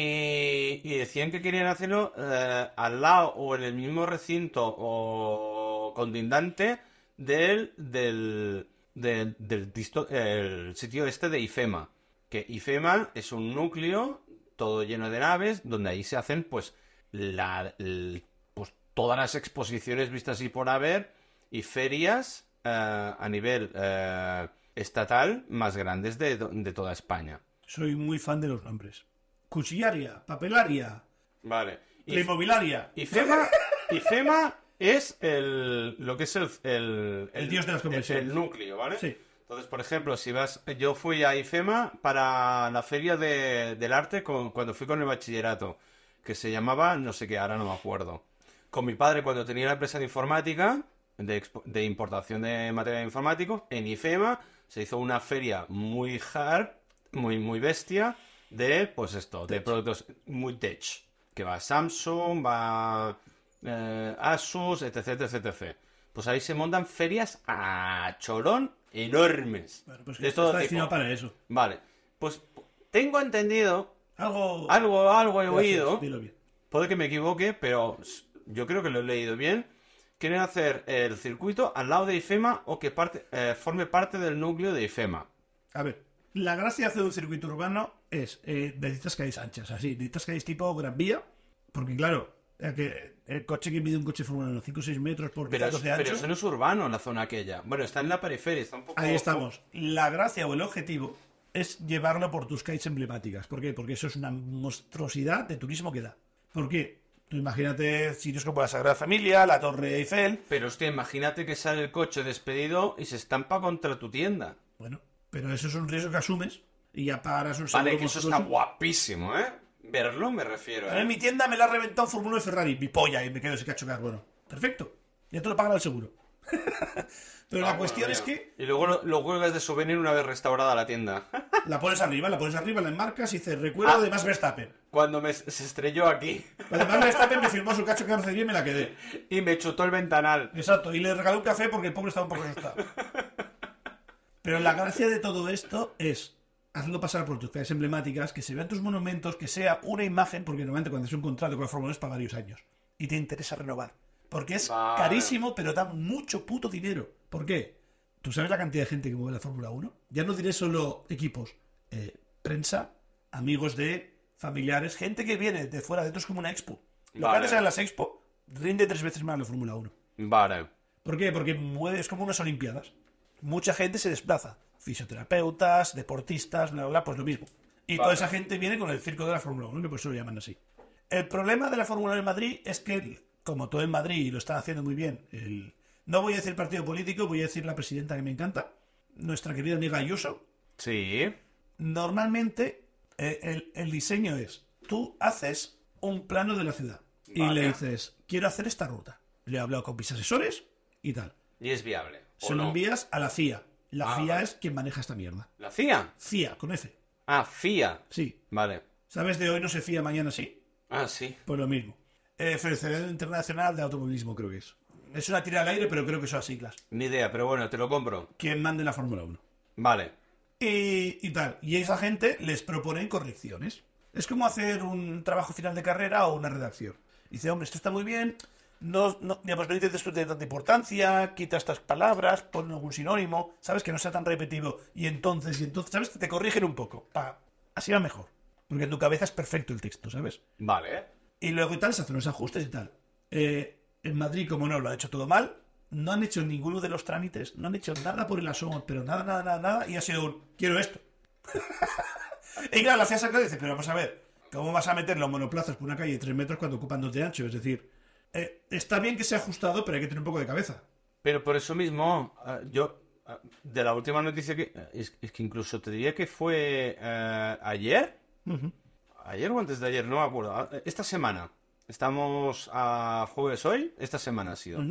Y, y decían que querían hacerlo eh, al lado o en el mismo recinto o condindante del, del, del, del disto- el sitio este de IFEMA. Que IFEMA es un núcleo todo lleno de naves donde ahí se hacen pues, la, el- pues todas las exposiciones vistas y por haber y ferias eh, a nivel eh, estatal más grandes de, de toda España.
Soy muy fan de los nombres. Cuchillaria, papelaria,
Vale.
la inmobiliaria.
IFEMA, IFEMA es el, lo que es el, el,
El dios de las convenciones.
El, el núcleo, ¿vale?
Sí.
Entonces, por ejemplo, si vas, yo fui a IFEMA para la feria de- del arte con- cuando fui con el bachillerato, que se llamaba, no sé qué, ahora no me acuerdo. Con mi padre cuando tenía la empresa de informática, de, expo- de importación de material informático, en IFEMA se hizo una feria muy hard, muy, muy bestia, de, pues esto, de productos muy tech, que va Samsung, va eh, Asus, etc, etc, etc. Pues ahí se montan ferias a chorón enormes.
Bueno, pues que
de todo
está
tipo.
destinado para eso.
Vale, pues tengo entendido,
Algo.
algo, algo he
Gracias,
oído,
dilo bien.
Puede que me equivoque, pero s- yo creo que lo he leído bien. Quieren hacer el circuito al lado de IFEMA o que parte, eh, forme parte del núcleo de E IFEMA.
A ver, la gracia de hacer un circuito urbano es eh, necesitas calles anchas, así, necesitas calles tipo Gran Vía, porque claro, eh, que el coche que mide un coche Fórmula 1, 5 o 6 metros por
Pero, es-
metros de
pero
ancho,
eso no es urbano, la zona aquella. Bueno, está en la periferia, está un poco...
ahí estamos. La gracia o el objetivo es llevarlo por tus calles emblemáticas. ¿Por qué? Porque eso es una monstruosidad de turismo que da. ¿Por qué? Tú imagínate sitios como la Sagrada Familia, la Torre Eiffel,
Pero hostia, imagínate que sale el coche despedido y se estampa contra tu tienda.
bueno, pero eso es un riesgo que asumes y ya paras un
Vale,
seguro
que eso está
monstruoso.
guapísimo, ¿eh? Verlo me refiero,
A ver,
¿eh?
pues mi tienda me la ha reventado un Fórmula de Ferrari, mi polla, y me quedo ese cacho de carbono. Perfecto. Ya te lo pagará el seguro. Pero la
Ah,
cuestión
bueno,
es
mira.
que
Y luego lo, lo cuelgas de souvenir una vez restaurada la tienda.
la pones arriba, la pones arriba, la enmarcas y dices, recuerdo
Ah.
de Max Verstappen.
Cuando me, se estrelló aquí
Cuando Max Verstappen me firmó su cacho de carrocería y me la quedé.
y me chutó el ventanal.
Exacto, y le regalé un café porque el pobre estaba un poco asustado. Pero la gracia de todo esto es hazlo pasar por tus calles emblemáticas, que se vean tus monumentos, que sea una imagen, porque normalmente cuando es un contrato con la Fórmula 1 es para varios años. Y te interesa renovar. Porque es
Vale.
carísimo, pero da mucho puto dinero. ¿Por qué? ¿Tú sabes la cantidad de gente que mueve la Fórmula 1? Ya no diré solo equipos, eh, prensa, amigos de familiares, gente que viene de fuera, de esto es como una expo. Lo
Vale.
que haces en las expo rinde tres veces más la Fórmula 1.
Vale.
¿Por qué? Porque mueve- es como unas olimpiadas. Mucha gente se desplaza. Fisioterapeutas, deportistas, bla, bla, bla, pues lo mismo. Y toda esa gente viene con el circo de la Fórmula 1, que por eso lo llaman así. El problema de la Fórmula 1 en Madrid es que, como todo en Madrid, y lo están haciendo muy bien, el- no voy a decir partido político, voy a decir la presidenta que me encanta, nuestra querida amiga Ayuso,
Sí.
normalmente eh, el, el diseño es, tú haces un plano de la ciudad y
Vale.
le dices, quiero hacer esta ruta. Lo he hablado con mis asesores y tal.
Y es viable. ¿o
Se lo
no?
envías a la CIA. La
Ah,
CIA
vale.
es quien maneja esta mierda.
¿La CIA?
CIA, con F.
Ah, FIA.
Sí.
Vale.
¿Sabes de hoy no se fía, mañana sí?
Ah, sí.
Pues lo mismo. Eh, Federación Internacional de Automovilismo, creo que es. Es una tira al aire, pero creo que son las siglas.
Ni idea, pero bueno, te lo compro.
Quien mande la Fórmula 1.
Vale.
Y, y tal. Y esa gente les propone correcciones. Es como hacer un trabajo final de carrera o una redacción. Dice, hombre, esto está muy bien. No, no, digamos, no dices esto de tanta importancia, quita estas palabras, pon algún sinónimo, sabes que no sea tan repetitivo. Y entonces, y entonces, sabes que te corrigen un poco. Pa. Así va mejor. Porque en tu cabeza es perfecto el texto, ¿sabes?
Vale.
Y luego y tal, se hacen los ajustes y tal. Eh, en Madrid, como no, lo ha hecho todo mal. No han hecho ninguno de los trámites, no han hecho nada por el asomo, pero nada, nada, nada, nada. Y ha sido un, quiero esto. y claro, la CIA saca y dice, pero vamos a ver, ¿cómo vas a meter los monoplazas por una calle de 3 metros cuando ocupan dos de ancho? Es decir, eh, está bien que sea ajustado, pero hay que tener un poco de cabeza.
Pero por eso mismo, ah, yo, ah, de la última noticia que... ah, Es, es que incluso te diría que fue eh, ayer. Ayer o antes de ayer, no me acuerdo. Ah, Esta semana. Estamos a jueves hoy. Esta semana ha sido.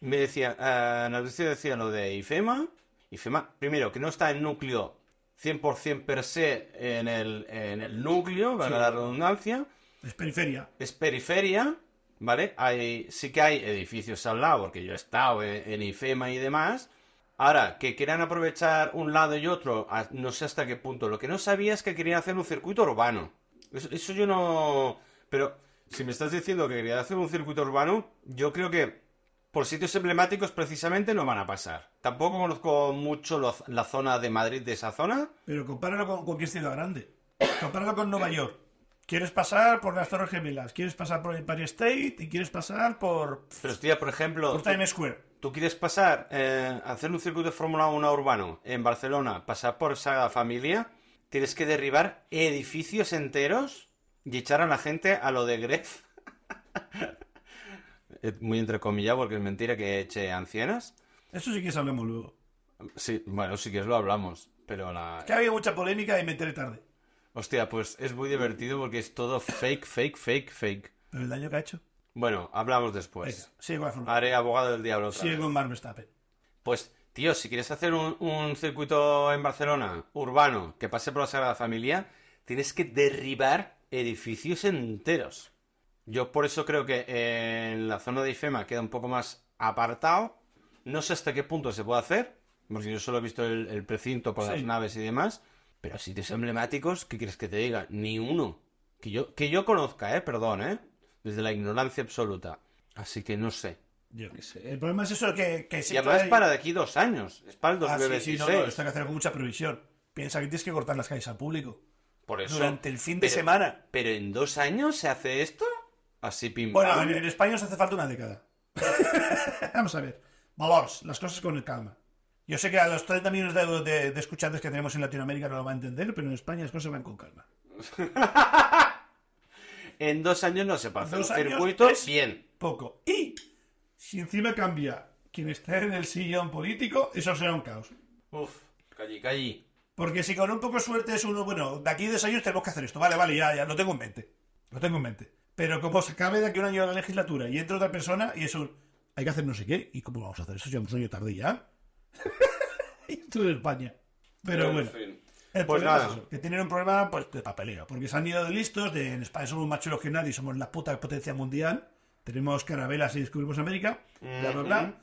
Me decía, eh, la noticia decía lo de IFEMA. IFEMA, primero, que no está en núcleo 100% per se en el, en el núcleo, valga la redundancia
Es periferia.
es periferia, ¿vale? Hay, sí que hay edificios al lado, porque yo he estado en, en IFEMA y demás. Ahora, que quieran aprovechar un lado y otro, a- no sé hasta qué punto. Lo que no sabía es que querían hacer un circuito urbano. Eso, eso yo no... Pero si me estás diciendo que querían hacer un circuito urbano, yo creo que por sitios emblemáticos precisamente no van a pasar. Tampoco conozco mucho lo- la zona de Madrid de esa zona.
Pero compáralo con cualquier ciudad grande. Compáralo con Nueva York. Quieres pasar por las Torres Gemelas, quieres pasar por Empire State y quieres pasar por,
Pero hostia, por ejemplo...
por Times Square.
¿Tú quieres pasar, eh, hacer un circuito de Fórmula 1 urbano en Barcelona, pasar por Sagrada Familia? ¿Tienes que derribar edificios enteros y echar a la gente a lo de Gref? Eh, Muy entrecomillado porque es mentira que eche ancianas.
Eso sí que hablamos luego.
Sí, bueno, sí que es lo hablamos, pero la...
Que había mucha polémica y me enteré tarde.
Hostia, pues es muy divertido porque es todo fake, fake, fake, fake.
Pero el daño que ha hecho.
Bueno, hablamos
Venga,
después.
sigue con la Fórmula.
Haré abogado del diablo. otra
Sigue
vez.
con Max Verstappen.
Pues, tío, si quieres hacer un, un circuito en Barcelona, urbano, que pase por la Sagrada Familia, tienes que derribar edificios enteros. Yo por eso creo que eh, en la zona de IFEMA queda un poco más apartado. No sé hasta qué punto se puede hacer, porque yo solo he visto el, el precinto por las
Sí.
naves y demás. Pero sitios emblemáticos, ¿qué quieres que te diga? Ni uno. Que yo, que yo conozca, ¿eh? Perdón, ¿eh? Desde la ignorancia absoluta. Así que no sé.
Yo qué sé. El problema es eso que, que
Y además
hay-
es para de aquí dos años. Es para el
Ah,
2026.
sí, sí, no, no, esto hay que hacer con mucha previsión. Piensa que tienes que cortar las calles al público.
Por eso.
Durante el fin de
Pero-
semana.
Pero en dos años se hace esto. Así pim.
Bueno,
pam.
en, en España nos hace falta una década. Vamos a ver. Valores, las cosas con calma. Yo sé que a los 30 millones de, euros de, de escuchantes que tenemos en Latinoamérica no lo va a entender, pero en España las cosas van con calma.
En dos años no se pasa.
Dos
Un
años
circuito
es-
bien.
Poco. Y si encima cambia quien esté en el sillón político, eso será un caos.
Uf. Calli, calli.
Porque si con un poco de suerte es uno, bueno, de aquí a dos años tenemos que hacer esto. Vale, vale, ya, ya, lo tengo en mente. Lo tengo en mente. Pero como se acabe de aquí a un año la legislatura y entra otra persona y es un. Hay que hacer no sé qué. ¿Y cómo vamos a hacer eso? Llevamos un año tarde ya. y esto de España. Pero bueno. El
Pues
problema es
nada.
eso, que tienen un problema pues, de papeleo, porque se han ido de listos, de en España somos más chulos que nadie, somos la puta potencia mundial, tenemos carabelas y descubrimos América, bla, bla, bla,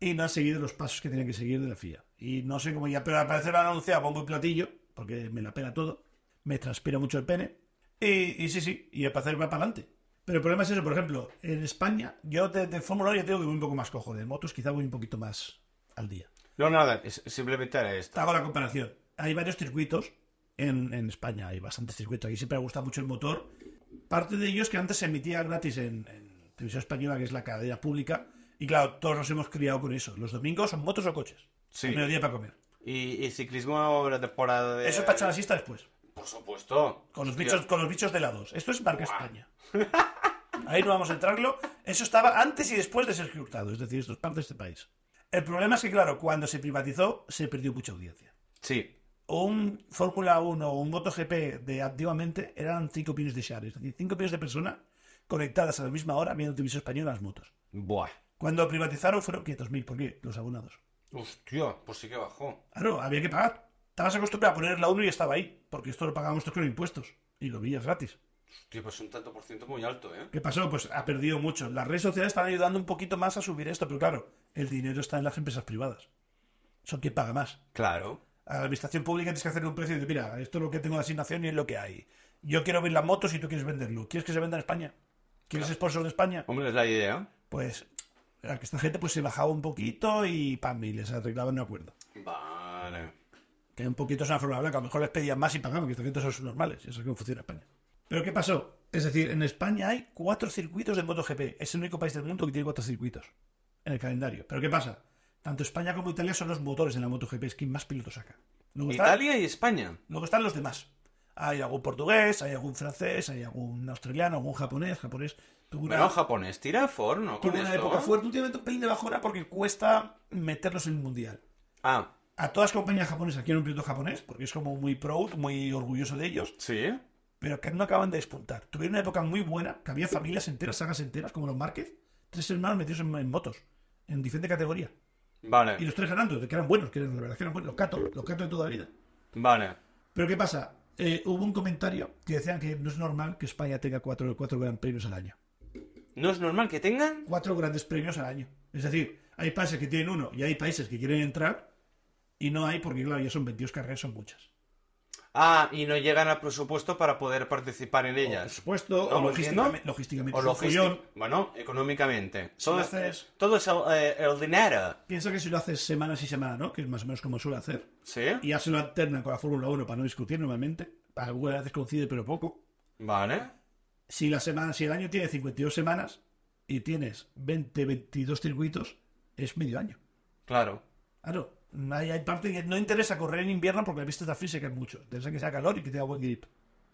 y no han seguido los pasos que tenían que seguir de la FIA. Y no sé cómo ya, pero al parecer lo han anunciado a bombo y platillo, porque me la pela todo, me transpira mucho el pene, y, y sí, sí, y al parecer va para adelante. Pero el problema es eso, por ejemplo, en España, yo de, de Fórmula 1 ya tengo que voy un poco más cojo, de motos quizá voy un poquito más al día
No, nada. es- simplemente era esto.
te hago la comparación. Hay varios circuitos en, en España, hay bastantes circuitos. Aquí siempre me gusta mucho el motor. Parte de ellos que antes se emitía gratis en, en Televisión Española, que es la cadena pública. Y claro, todos nos hemos criado con eso. Los domingos son motos o coches.
Sí.
Al mediodía para comer.
Y, y ciclismo la temporada de.
Eso es para echar la siesta después.
Por supuesto.
Con los,
Hostia.
bichos, con los bichos de helados. Esto es marca España. Ahí no vamos a entrarlo. Eso estaba antes y después de Sergio Hurtado. Es decir, esto es parte de este país. El problema es que, claro, cuando se privatizó, se perdió mucha audiencia.
Sí.
o un Fórmula 1 o un MotoGP de antiguamente eran 5 millones de shares, es decir, 5 millones de personas conectadas a la misma hora viendo televisión española las motos.
Buah.
Cuando privatizaron fueron 500.000, ¿por qué? Los abonados.
Hostia, pues sí que bajó.
Claro, había que pagar. Estabas acostumbrado a poner la 1 y estaba ahí, porque esto lo pagábamos todos con impuestos. Y lo veías gratis.
Hostia, pues un tanto por ciento muy alto, ¿eh?
¿Qué pasó? Pues ha perdido mucho. Las redes sociales están ayudando un poquito más a subir esto, pero claro, el dinero está en las empresas privadas. Son quien paga más.
Claro.
A la administración pública tienes que hacer un precio y decir, mira, esto es lo que tengo de asignación y es lo que hay. Yo quiero ver las motos y tú quieres venderlo. ¿Quieres que se venda en España? ¿Quieres sponsor de España?
Hombre, es la idea.
Pues a que esta gente pues se bajaba un poquito y pam, y les arreglaban un acuerdo.
Vale.
Que un poquito es una forma de hablar, que a lo mejor les pedían más y pagaban, que estos gente son normales. y Eso es como funciona España. Pero ¿qué pasó? Es decir, en España hay cuatro circuitos de MotoGP. Es el único país del mundo que tiene cuatro circuitos en el calendario. Pero ¿qué pasa? Tanto España como Italia son los motores de la MotoGP, es quien más pilotos saca. Luego está-
Italia y España.
Luego están los demás. Hay algún portugués, hay algún francés, hay algún australiano, algún japonés, japonés. Tuvo una,
Bueno, japonés tira forno
tuvo
con
una
esto.
época fuerte, últimamente un pelín de bajona porque cuesta meterlos en el mundial.
Ah,
A todas las compañías japonesas quieren un piloto japonés porque es como muy proud, muy orgulloso de ellos,
sí.
pero que no acaban de despuntar. Tuvieron una época muy buena, que había familias enteras, sagas enteras, como los Márquez, tres hermanos metidos en, en motos, en diferente categoría. Y
Vale,
los tres ganando, de que eran buenos, que eran, la verdad que eran buenos, los catos, los catos de toda la vida.
vale.
Pero ¿qué pasa? Eh, hubo un comentario que decían que no es normal que España tenga cuatro, cuatro grandes premios al año.
¿No es normal que tengan?
Cuatro grandes premios al año. Es decir, hay países que tienen uno y hay países que quieren entrar y no hay porque, claro, ya son 22 carreras, son muchas.
Ah, y no llegan al presupuesto para poder participar en
Por
ellas.
supuesto,
¿Estamos
o logísticamente,
viendo?
logísticamente
O
es un
logística-
follón.
Bueno, económicamente. Todo, es-
haces-
todo es el, eh, el dinero.
Piensa que si lo haces semanas y semana, ¿no? Que es más o menos como suele hacer.
¿Sí?
Y hace lo alterna con la Fórmula 1 para no discutir normalmente. Algunas veces coincide, pero poco.
Vale.
si la semana, si el año tiene 52 semanas y tienes 20, 22 circuitos, es medio año.
Claro.
Claro, hay, hay parte que no interesa correr en invierno porque la pista está fría y se cae mucho. Interesa que sea calor y que tenga buen grip.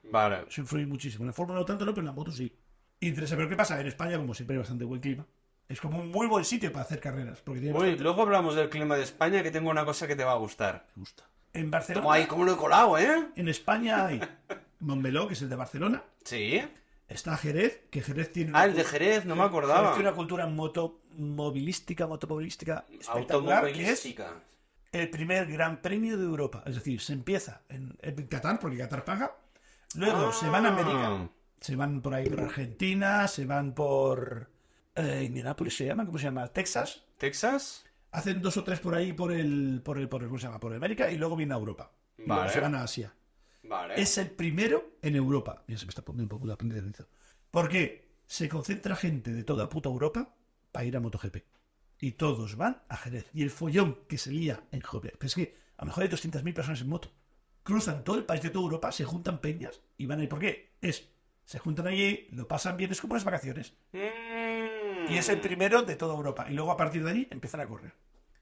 Vale.
Eso influye muchísimo. En la Fórmula no tanto, no, pero en la moto sí. Interesa, pero ¿qué pasa? En España, como siempre, hay bastante buen clima. Es como un muy buen sitio para hacer carreras. Porque tiene
Uy, luego hablamos del clima de España, que tengo una cosa que te va a gustar.
gusta. En
Como ahí,
Barcelona,
como lo he colado, ¿eh?
en España hay Montmeló, que es el de Barcelona.
Sí.
Está Jerez, que Jerez tiene una
Ah, el de
cultura-
Jerez, no me
Jerez
acordaba.
tiene una cultura motomovilística, motomovilística espectacular, que es
Automovilística.
el primer Gran Premio de Europa. Es decir, se empieza en, en Qatar, porque Qatar paga. Luego
Ah.
se van a América. Se van por ahí por Argentina, se van por eh, Indianápolis, se llama, ¿cómo se llama? Texas.
¿Texas?
Hacen dos o tres por ahí por el, por el, por el- ¿cómo se llama? Por América y luego viene a Europa. Y luego
Vale.
se van a Asia.
Vale.
Es el primero en Europa. Mira, se me está poniendo un poco la punta del rizo. ¿Por qué? Se concentra gente de toda puta Europa para ir a MotoGP. Y todos van a Jerez. Y el follón que se lía en Jerez. Pero es que a lo mejor hay 200.000 personas en moto. Cruzan todo el país de toda Europa, se juntan peñas y van ahí. ¿Por qué? Es, se juntan allí, lo pasan bien, es como unas vacaciones.
Mm.
Y es el primero de toda Europa. Y luego a partir de allí empiezan a correr.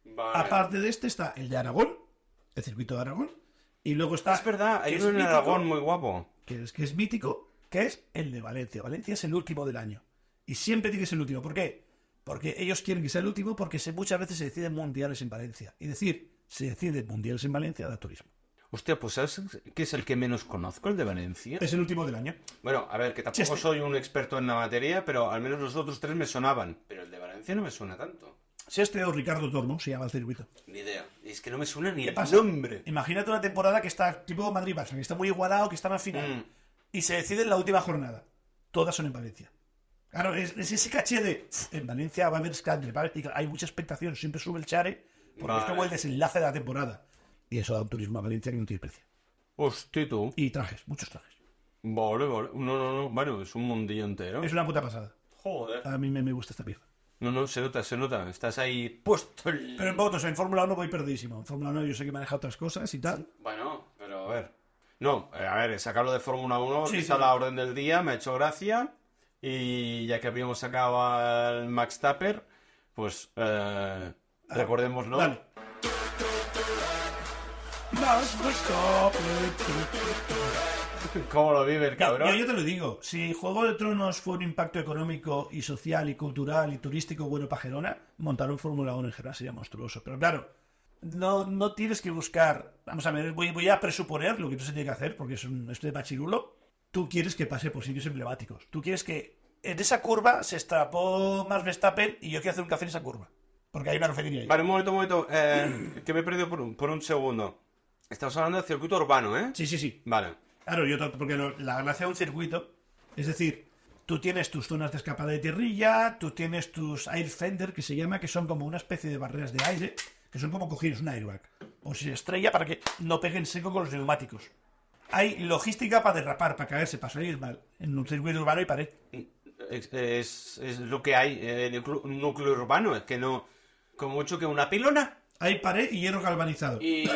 Vale.
Aparte de este está el de Aragón, el circuito de Aragón. Y luego está...
Es verdad, hay
que es
uno en
mítico,
Aragón muy guapo.
que es, que es mítico, que es el de Valencia. Valencia es el último del año. Y siempre tiene que ser el último. ¿Por qué? Porque ellos quieren que sea el último porque se, muchas veces se deciden mundiales en Valencia. Y decir, se deciden mundiales en Valencia da turismo.
Hostia, pues ¿sabes qué es el que menos conozco, el de Valencia?
Es el último del año.
Bueno, a ver, que tampoco
Cheste.
soy un experto en la materia, pero al menos los otros tres me sonaban. Pero el de Valencia no me suena tanto.
Si este o Ricardo Tormo se llama el circuito.
Ni idea. Es que no me suena ni el
pasa?
nombre.
Imagínate una temporada que está tipo Madrid-Barça, que está muy igualado, que está al final.
Mm.
Y se decide en la última jornada. Todas son en Valencia. Claro, es, es ese caché de. En Valencia va a haber escándalo. va a haber- y hay mucha expectación. Siempre sube el chare. Porque es
Vale.
como el desenlace de la temporada. Y eso da un turismo a Valencia que no tiene precio.
Hostia, tú.
Y trajes, muchos trajes.
Vale, vale. No, no, no. Bueno, es un mundillo entero.
Es una puta pasada.
Joder.
A mí me, me gusta esta pieza.
No, no, se nota, se nota. Estás ahí puesto el...
Pero en motos, en Fórmula 1 voy perdidísimo. En Fórmula 1 yo sé que maneja otras cosas y tal.
Bueno, pero a ver. No, eh, a ver, sacarlo de Fórmula 1
Sí,
está
sí.
la orden del día, me ha hecho gracia. Y ya que habíamos sacado al Max Tapper, pues eh, recordémoslo.
Dale. Más
¿Cómo lo vive el
Claro,
cabrón?
yo, yo te lo digo, si Juego de Tronos fue un impacto económico y social y cultural y turístico bueno para Gerona, montar un Fórmula 1 en Gerona sería monstruoso. Pero claro, no, no tienes que buscar, vamos a ver, voy, voy a presuponer lo que no se tiene que hacer, porque es un esto de machirulo, tú quieres que pase por sitios emblemáticos, tú quieres que en esa curva se extrapó más Verstappen y yo quiero hacer un café en esa curva. Porque hay una refinería ahí.
Vale, un momento, un momento. eh, que me he perdido por un, por un segundo. Estamos hablando del circuito urbano, ¿eh?
Sí, sí, sí.
Vale.
Claro, yo to- porque lo- la gracia de un circuito, es decir, tú tienes tus zonas de escapada de tierrilla, tú tienes tus air fender, que se llama, que son como una especie de barreras de aire, que son como cogidos un airbag. O si se estrella para que no peguen seco con los neumáticos. Hay logística para derrapar, para caerse, para salir mal. En un circuito urbano hay pared.
Es, es- es lo que hay eh, en el clu- un núcleo urbano. Es que no. Como mucho que una pilona.
Hay pared y hierro galvanizado.
Y.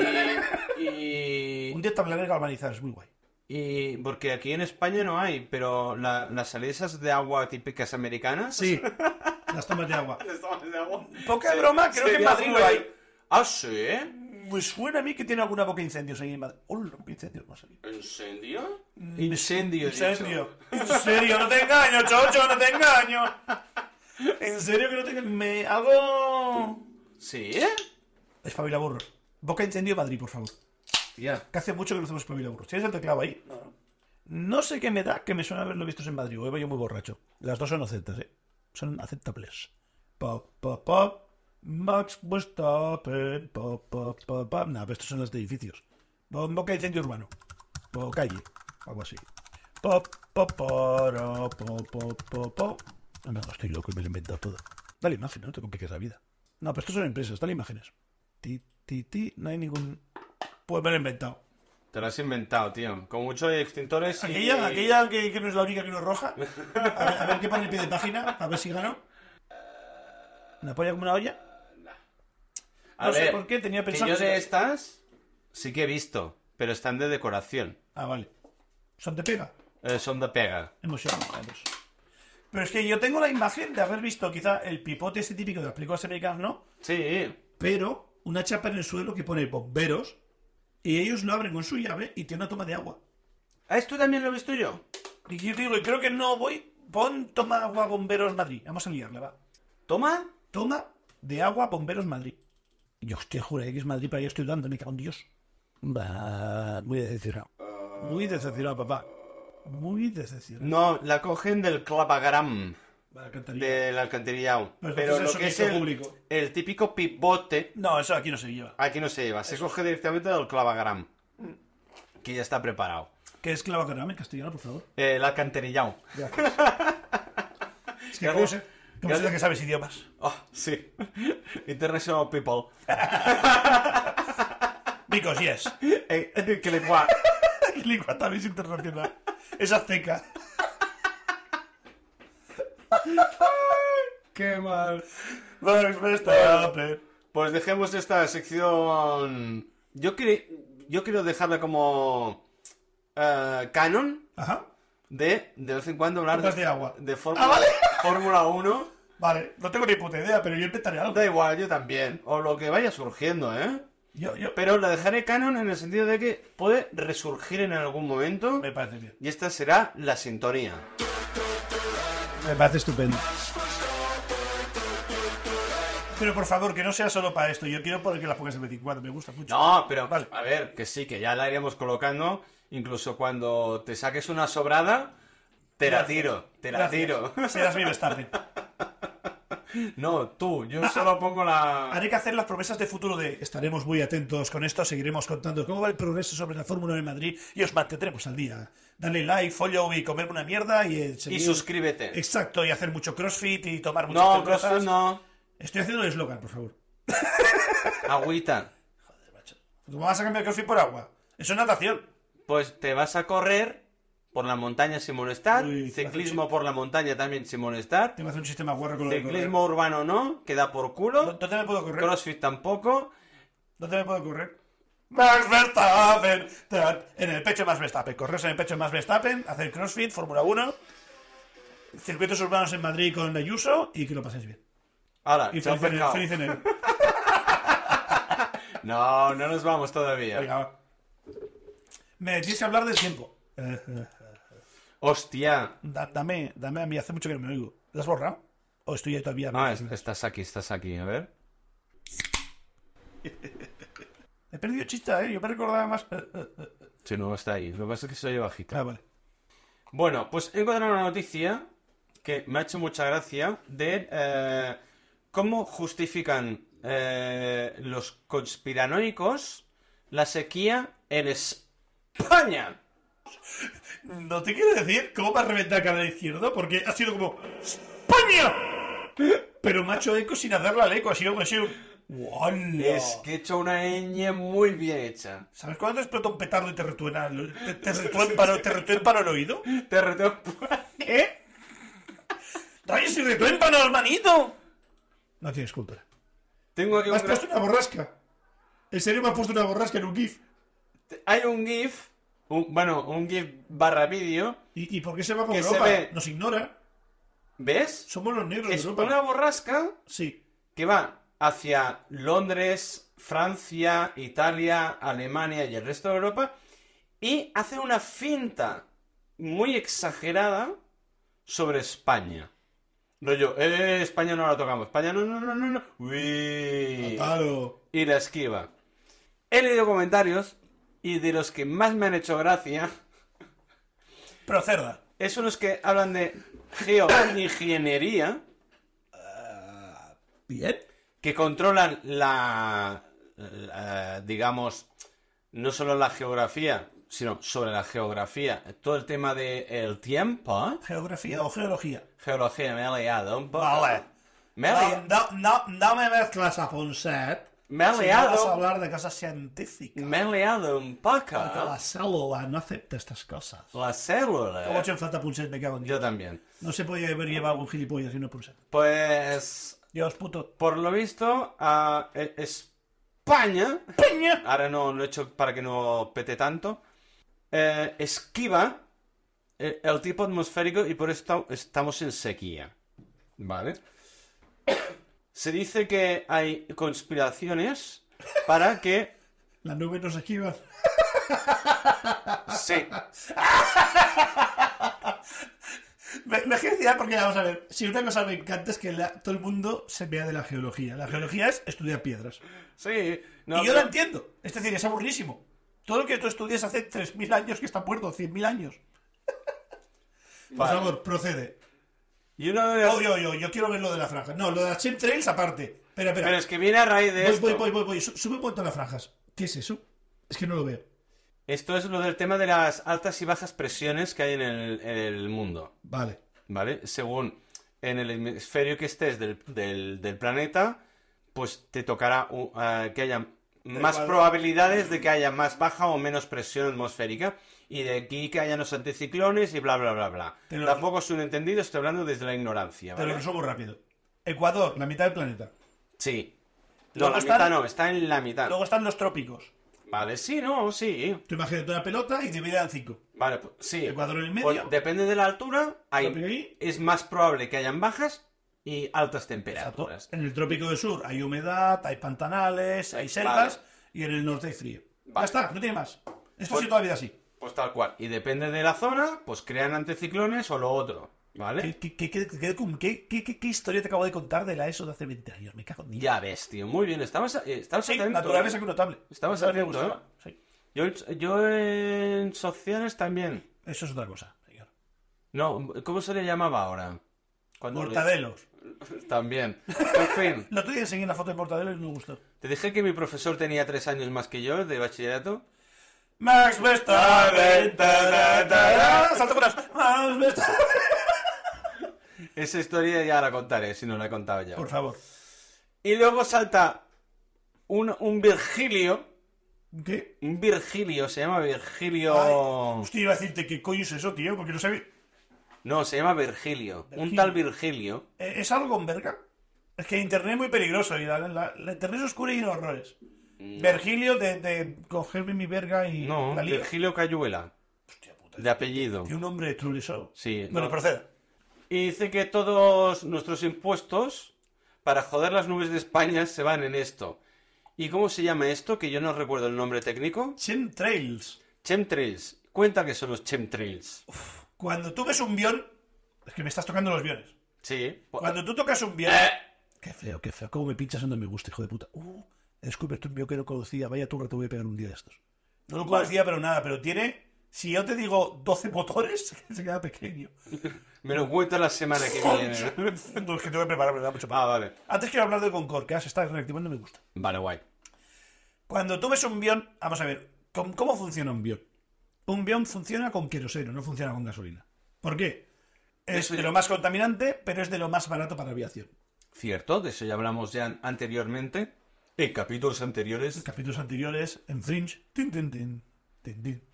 y-
Un día te hablaré de galvanizado, es muy guay.
Y porque aquí en España no hay, pero la- las salidas de agua típicas americanas.
Sí, las tomas de agua.
Las tomas de agua.
Poca broma, creo que en
veía
Madrid
como
lo
ahí.
hay.
Ah, sí, ¿eh?
Me suena a mí que tiene alguna boca de incendios ahí en Madrid. ¡Hola, boca de incendios! No sé.
¿Incendio? Mm. Incendio, he dicho.
Incendio. En serio, no te engaño, chocho, no te engaño. En serio que no te Me hago.
Sí, ¿eh?
Espabila burros. Boca incendio Madrid, por favor. Que hace mucho que no hacemos espabila burros. ¿Tienes el teclado ahí? No, no. No sé qué me da que me suena haberlo visto en Madrid. Hoy voy yo muy borracho. Las dos son aceptas, ¿eh? Son aceptables. Pop, pop, pop. Max Verstappen. Pop, pop, pop, pop. No, pero estos son los de edificios. Bo- Boca incendio urbano. O calle. Algo así. Pop, pop, poro, pop, pop, pop, pop. Ah, No, no, estoy loco y me lo he inventado todo. Dale imagen, no te compliques la vida. No, pero estos son empresas, dale imágenes. Ti, ti, ti, no hay ningún... Pues me lo he inventado.
Te lo has inventado, tío. Con muchos extintores y...
Aquella, aquella que, que no es la única que no es roja. A ver, a ver qué pone el pie de página, a ver si gano. ¿Me apoya como una olla?
A
no sé
ver,
por qué, tenía
que
pensado
yo
que
de este-
era-
estas sí que he visto, pero están de decoración.
Ah, vale. Son de pega.
Eh, son de pega.
emocionados. Pero es que yo tengo la imagen de haber visto quizá el pipote este típico de las películas americanas, ¿no?
Sí.
Pero una chapa en el suelo que pone bomberos y ellos lo abren con su llave y tiene una toma de agua.
¿A ¿Ah, esto también lo he visto yo?
Y yo digo, y creo que no voy, pon toma agua bomberos Madrid. Vamos a liarla, va.
¿Toma?
Toma de agua bomberos Madrid. Y Yo, hostia, juré que es Madrid, pero yo estoy dando, me cago en Dios. Va, muy decepcionado. Muy decepcionado, papá. Muy decepcionado.
No, la cogen del clavagram.
Va, alcantarilla.
del alcantarillado.
Pues entonces
Pero lo
eso
que
que
es
hizo
el,
público.
el típico pivote,
No, eso aquí no se lleva.
aquí no se lleva, se coge directamente del clavagram, que ya está preparado. Eh,
¿Qué es clavacarrame en castellano, por favor?
El alcantarillado.
Es que ¿cómo se, cómo
Gracias.
se dice que sabes idiomas?
Oh, sí. International people.
Because yes.
Eh, eh, que le guá.
Lingua también es internacional. Es azteca.
Qué mal.
Max Verstappen.
Pues dejemos esta sección. Yo, cre- Yo quiero dejarla como eh, canon
Ajá.
de de vez en cuando hablar
Copas de agua.
de Fórmula,
Ah, vale.
Fórmula 1.
Vale, no tengo ni puta idea, pero yo inventaré algo.
Da igual, yo también. O lo que vaya surgiendo, ¿eh?
Yo, yo...
Pero la dejaré canon en el sentido de que puede resurgir en algún momento.
Me parece bien.
Y esta será la sintonía.
Me parece estupendo. Pero por favor, que no sea solo para esto. Yo quiero poner que las pongas en 24. Me gusta mucho.
No, pero
Vale.
a ver, que sí, que ya la iremos colocando. Incluso cuando te saques una sobrada, te la
Gracias.
tiro, te la
Gracias.
tiro.
Serás mi Verstappen.
No, tú, yo solo pongo la...
Haré que hacer las promesas de futuro de estaremos muy atentos con esto, seguiremos contando cómo va el progreso sobre la Fórmula de Madrid y os mantendremos al día. Dale like, follow y comer una mierda y, eh,
Y
seguir-
suscríbete.
Exacto, y hacer mucho crossfit y tomar muchas
No,
cervezas.
cosas no.
Estoy haciendo el eslogan, por favor.
Agüita.
Pues, ¿Cómo vas a cambiar crossfit por agua? Eso es natación.
Pues te vas a correr por la montaña sin molestar.
Uy, qué
Ciclismo por la montaña también sin molestar.
Te voy a hacer un sistema guarro con lo de correr.
Ciclismo urbano no, queda por
¿Dó-
culo.
¿Dónde me puedo correr?
Crossfit tampoco.
¿Dónde me puedo correr? Max Verstappen. Tan. En el pecho más Verstappen. Correos en el pecho más Verstappen. Hacer crossfit, Fórmula 1. Circuitos urbanos en Madrid con Ayuso. Y que lo paséis bien.
Ahora,
Y
chao,
feliz, enero-
pescado.
feliz enero.
No, no nos vamos todavía.
Venga, va. Me tienes que hablar del tiempo. Eh, eh,
Hostia.
da- dame, dame a mí. Hace mucho que no me oigo. ¿Lo has borrado? ¿O estoy yo todavía?
No, Ah, es- estás aquí, estás aquí, a ver.
He perdido chista, ¿eh? Yo me recordaba más. Eh, eh, eh.
Si no, está ahí. Lo que pasa es que soy bajita.
Ah, vale.
Bueno, pues he encontrado una noticia que me ha hecho mucha gracia de eh, cómo justifican eh, los conspiranoicos la sequía en España.
No te quiero decir cómo me has reventado cara a la izquierda, porque ha sido como ¡España! Pero macho eco sin hacerla al eco, ha sido como ha sido. ¡Wala!
Es que he hecho una ñ muy bien hecha.
¿Sabes cuándo explota un petardo y te retuena? el- ¿Te, te retuémpano- te retuémpano el oído?
Te reteo-
¿Eh? ¡Rayos y retuémpano, hermanito! No tienes cultura.
Tengo aquí
Me
un
has
gra-
puesto una borrasca. ¿En serio me has puesto una borrasca en un GIF?
Hay un GIF, un- bueno, un GIF barra vídeo.
¿Y, y por qué se va por
Que se
Europa?
ve.
Nos ignora.
¿Ves?
Somos los negros
Es
de Europa.
una borrasca
Sí.
que va hacia Londres, Francia, Italia, Alemania y el resto de Europa y hace una finta muy exagerada sobre España. Rollo, eh, España no la tocamos, España no, no, no, no, no. Uy,
Claro.
y la esquiva. He leído comentarios y de los que más me han hecho gracia
Pero cerda.
es unos que hablan de geoingeniería.
Bien.
que controlan la, la, digamos, no solo la geografía, sino sobre la geografía, todo el tema del tiempo,
Geografía o geología.
geología, me ha liado un poco.
Vale.
Me ha, lia-
No, no, no me mezclas a Ponset.
me ha
Si no vas a
liado,
hablar de cosas científicas.
me ha liado un poco.
Porque la célula no acepta estas cosas.
La
Como
célula.
hecho en falta Ponset, me cago en Dios.
Yo también.
No se podía haber llevado un gilipollas y una Ponset.
Pues,
Dios puto.
por lo visto, a e- España
¡Peña!
ahora no lo he hecho para que no pete tanto, eh, esquiva el, el tipo atmosférico y por esto estamos en sequía. ¿Vale? Se dice que hay conspiraciones para que...
La nube nos esquiva.
Sí,
Me, me decía porque vamos a ver. Si una cosa me encanta es que la- todo el mundo se vea de la geología. La geología es estudiar piedras.
sí. No,
y yo la entiendo. Es decir, es aburrísimo. Todo lo que tú estudias hace 3.000 años que está muerto, 100.000 años. Por
Vale.
favor, procede.
y una de las-
Odio, yo, yo quiero ver lo de la franja. No, lo de las chemtrails aparte. Espera, espera.
Pero es que viene a raíz de
voy,
esto.
voy, voy, voy, voy. Su- Sube un montón las franjas. ¿Qué es eso? Es que no lo veo.
Esto es lo del tema de las altas y bajas presiones que hay en el- en el mundo.
Vale.
¿vale? Según en el hemisferio que estés del, del- del planeta, pues te tocará u- ah, que haya más
cuadro.
probabilidades de que haya más baja o menos presión atmosférica y de aquí que hayan los anticiclones y bla, bla, bla, bla.
Te lo-
Tampoco es un entendido, estoy hablando desde la ignorancia,
Te lo
¿vale?
resuelvo rápido. Ecuador, la mitad del planeta.
Sí. No,
Luego
la
están-
mitad no, está en la mitad.
Luego están los trópicos.
Vale, sí, no, sí.
Tú imagínate una pelota y dividida en cinco.
Vale, pues, sí.
Ecuador en el medio.
Pues depende de la altura, hay-
Trópico ahí.
es más probable que hayan bajas y altas
Exacto.
temperaturas.
En el trópico del sur hay humedad, hay pantanales, hay selvas y en el norte hay frío. Ya
Vale.
está, no tiene más. Esto
Pues-
ha sido toda la vida así.
Pues tal cual. Y depende de la zona, pues crean anticiclones o lo otro. ¿Vale?
¿Qué, qué, qué, qué- qué- qué- qué- qué- qué historia te acabo de contar de la ESO de hace 20 años? Me cago en Dios.
Ya ves, tío. Muy bien. Estabas, eh, estabas
Sí,
atento,
naturaleza
¿eh?
que notable.
Estabas
Eso me
atento,
gustaba, sí.
Yo, en- yo en sociales también.
Eso es otra cosa, señor.
No, ¿cómo se le llamaba ahora? Cuando-
Mortadelos.
También. En fin,
Lo tuve enseñé la foto de Mortadelos y no me gustó.
te dije que mi profesor tenía tres años más que yo de bachillerato.
Max Verstappen. tará, tará, Salto con las- Max Verstappen.
Esa historia ya la contaré, si no la he contado ya.
Por favor.
Y luego salta un, un Virgilio.
¿Qué?
Un Virgilio, se llama Virgilio.
Ay, hostia, iba a decirte qué coño es eso, tío, porque no sabía.
No, se llama Virgilio. Un
Virgilio.
tal Virgilio.
Eh, ¿Es algo con verga? Es que internet es muy peligroso y la, la- la internet es oscura y en horrores. Virgilio de, de cogerme mi verga y
No,
la lío.
Virgilio Cayuela.
Hostia puta.
De apellido.
Tiene un nombre truleso.
Sí.
Bueno,
no.
proceda.
Y dice que todos nuestros impuestos para joder las nubes de España se van en esto. ¿Y cómo se llama esto? Que yo no recuerdo el nombre técnico.
Chemtrails.
Chemtrails. Cuenta que son los chemtrails.
Cuando tú ves un bión, es que me estás tocando los biones.
Sí. pues,
Cuando tú tocas un bión,
Eh,
Qué feo, qué feo. ¿Cómo me pinchas donde me gusta, hijo de puta? Uh, descubres tú un mío que no conocía. Vaya turra, te voy a pegar un día de estos.
no lo conocía pero nada, pero tiene Si yo te digo 12 motores, se queda pequeño.
Me lo cuenta la semana que viene. ¿no?
No, es que tengo que prepararme, da mucho
Ah,
más.
vale.
Antes quiero hablar de Concord, que ahora se está reactivando y me gusta.
Vale, guay.
Cuando tú ves un bión, vamos a ver, ¿cómo, cómo funciona un bión? Un bión funciona con queroseno, no funciona con gasolina. ¿Por qué? Es
Eso
de
ya-
lo más contaminante, pero es de lo más barato para aviación.
Cierto, de eso ya hablamos ya anteriormente, en capítulos anteriores.
En capítulos anteriores, en Fringe, tin, tin, tin, tin, tin.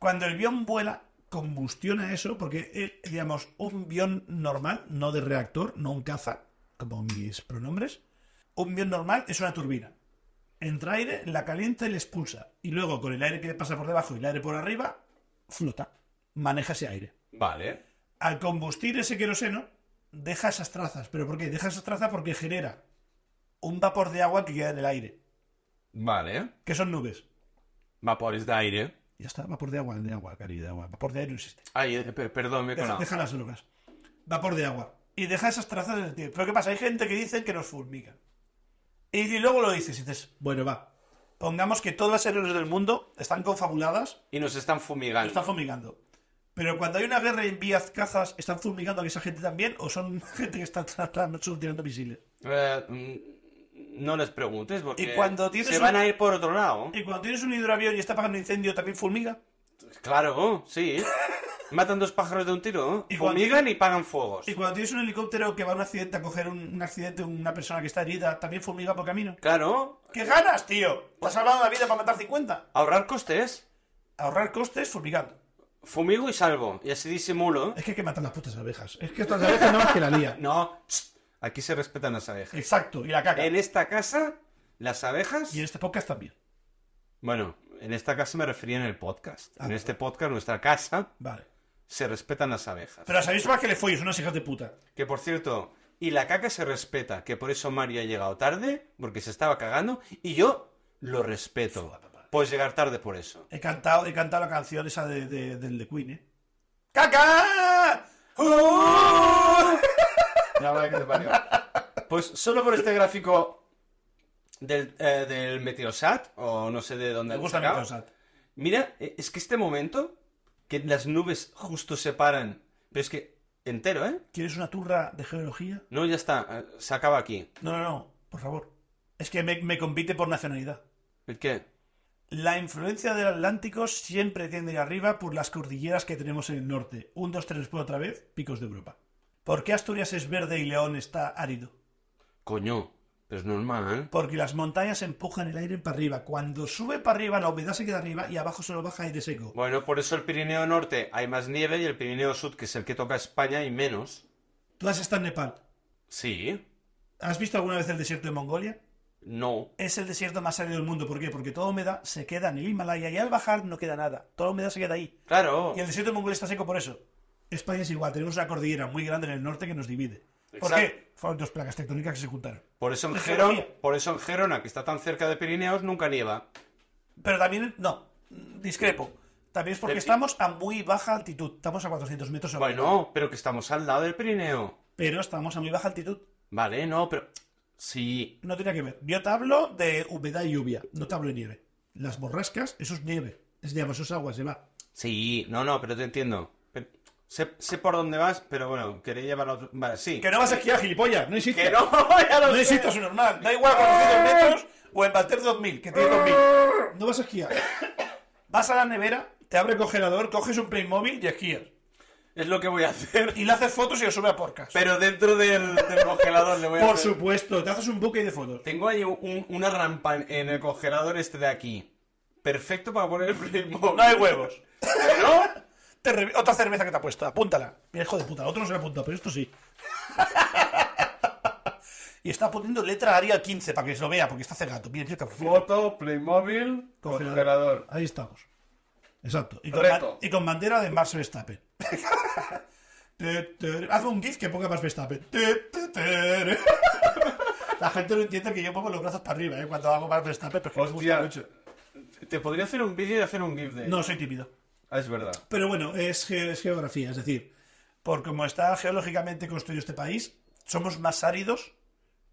cuando el bión vuela, combustiona eso, porque, eh, digamos, un bión normal, no de reactor, no un caza, como mis pronombres, un bión normal es una turbina. Entra aire, la calienta y la expulsa. Y luego, con el aire que pasa por debajo y el aire por arriba, flota, maneja ese aire
Vale.
al combustir ese queroseno, deja esas trazas. ¿Pero por qué? Deja esas trazas porque genera un vapor de agua que queda en el aire,
Vale.
que son nubes.
Vapores de aire.
Ya está, vapor de agua, de agua, cari, de agua. Vapor de aire no existe.
Ay, eh, per- perdón, me he
Deja,
colado.
deja las drogas. Vapor de agua. Y deja esas trazas en el tiempo. Pero ¿qué pasa? Hay gente que dice que nos fulmigan. Y, y luego lo dices y dices, bueno, va. Pongamos que todas las aerolíneas del mundo están confabuladas
Y nos están
y
fumigando.
están fumigando. Pero cuando hay una guerra y envías cazas, ¿están fumigando a esa gente también? ¿O son gente que está tras la noche tirando misiles?
Eh, mm, no les preguntes porque
Y cuando tienes
se
un-
van a ir por otro lado.
Y cuando tienes un hidroavión y está apagando un incendio, también fulmiga.
Claro, sí. Matan dos pájaros de un tiro.
Y cuando-
Fumigan y pagan fuegos.
Y cuando tienes un helicóptero que va a un accidente a coger un, un accidente, una persona que está herida, también fulmiga por camino.
Claro,
¿Qué ganas, tío? Te has salvado la vida para matar 50.
ahorrar costes.
Ahorrar costes fulmigando.
Fumigo y salvo. Y así disimulo.
Es que hay que matar las putas abejas. Es que estas abejas no más que la lía.
No, tss, aquí se respetan las abejas.
Exacto, y la caca.
En esta casa, las abejas.
Y en este podcast también.
Bueno, en esta casa me refería en el podcast.
Ah,
en
vale.
este podcast, nuestra casa,
Vale.
se respetan las abejas.
Pero sabéis más que le folles, unas hijas de puta.
Que por cierto, y la caca se respeta, que por eso Mario ha llegado tarde, porque se estaba cagando, y yo lo respeto. Puedes llegar tarde por eso.
He cantado, he cantado la canción esa de, de- del de Queen, ¿eh? ¡Caca! ¡Uh!
Pues solo por este gráfico del, eh, del Meteosat, o no sé de dónde
Me
han
gusta mi
sacado.
cosa.
Mira, eh, es que este momento, que las nubes justo se paran, pero es que entero, ¿eh?
¿Quieres una turra de geología?
No, ya está, eh, se acaba aquí.
No, no, no, por favor. Es que me, me compite por nacionalidad.
¿El qué?
La influencia del Atlántico siempre tiende a ir arriba por las cordilleras que tenemos en el norte. Un, dos, tres, por otra vez, picos de Europa. ¿Por qué Asturias es verde y León está árido?
Coño, pero es normal.
Porque las montañas empujan el aire para arriba. Cuando sube para arriba, la humedad se queda arriba y abajo solo baja aire seco.
Bueno, por eso el Pirineo Norte hay más nieve y el Pirineo Sud, que es el que toca España, hay menos.
Tú has estado en Nepal.
Sí,
¿Has visto alguna vez el desierto de Mongolia?
no.
Es el desierto más árido del mundo. ¿Por qué? Porque toda humedad se queda en el Himalaya y al bajar no queda nada. Toda la humedad se queda ahí.
Claro.
Y el desierto de Mongolia está seco por eso. España es igual, tenemos una cordillera muy grande en el norte que nos divide. ¿Por
Exacto.
qué? Fueron dos placas tectónicas que se juntaron.
Por eso en
la
Gerona,
geografía.
por eso en Gerona, que está tan cerca de Pirineos, nunca nieva.
Pero también, no, discrepo. También es porque
Pero-
estamos a muy baja altitud. Estamos a 400 metros sobre el mar.
Bueno, pero que estamos al lado del Pirineo.
Pero estamos a muy baja altitud.
Vale, no, pero sí,
No tiene que ver. Yo te hablo de humedad y lluvia, no te hablo de nieve. Las borrascas, eso es nieve. Es, digamos, eso es agua, se va.
sí, no, no, pero te entiendo. Pero- sé, sé por dónde vas, pero bueno, quería llevar a otro. Vale, sí.
Que no vas a esquiar, gilipollas, no existe.
Que no, ya lo
No
sé.
necesitas un normal, da igual 400 metros o en Valter 2000, que tiene 2000. No vas a esquiar. Vas a la nevera, te abre el congelador, coges un Playmobil y esquías.
Es lo que voy a hacer.
Y le haces fotos y lo sube a podcast.
Pero dentro del, del congelador le voy a
Por
hacer-
supuesto, te haces un buque de fotos.
Tengo ahí un- una rampa en el congelador este de aquí. Perfecto para poner el Playmobil.
No hay huevos.
¿No?
Te re- Otra cerveza que te ha puesto, apúntala. Mira, hijo de puta, otro no se la apunta, pero esto sí. y está poniendo letra Arial 15 para que se lo vea, porque está cegato. Mira, tío, que-
Foto, Playmobil,
Congelador. Ahí estamos. Exacto. Y con,
Reto.
ba- y con bandera de Max Verstappen. Te- te- Haz un GIF que ponga Max Verstappen. Te- te- te- La gente no entiende que yo pongo los brazos para arriba ¿eh? cuando hago Max Verstappen, pero es que me gusta mucho.
Te podría hacer un vídeo y hacer un GIF de.
No, soy tímido.
Ah, es verdad.
Pero bueno, es, ge- es geografía, es decir, por como está geológicamente construido este país, somos más áridos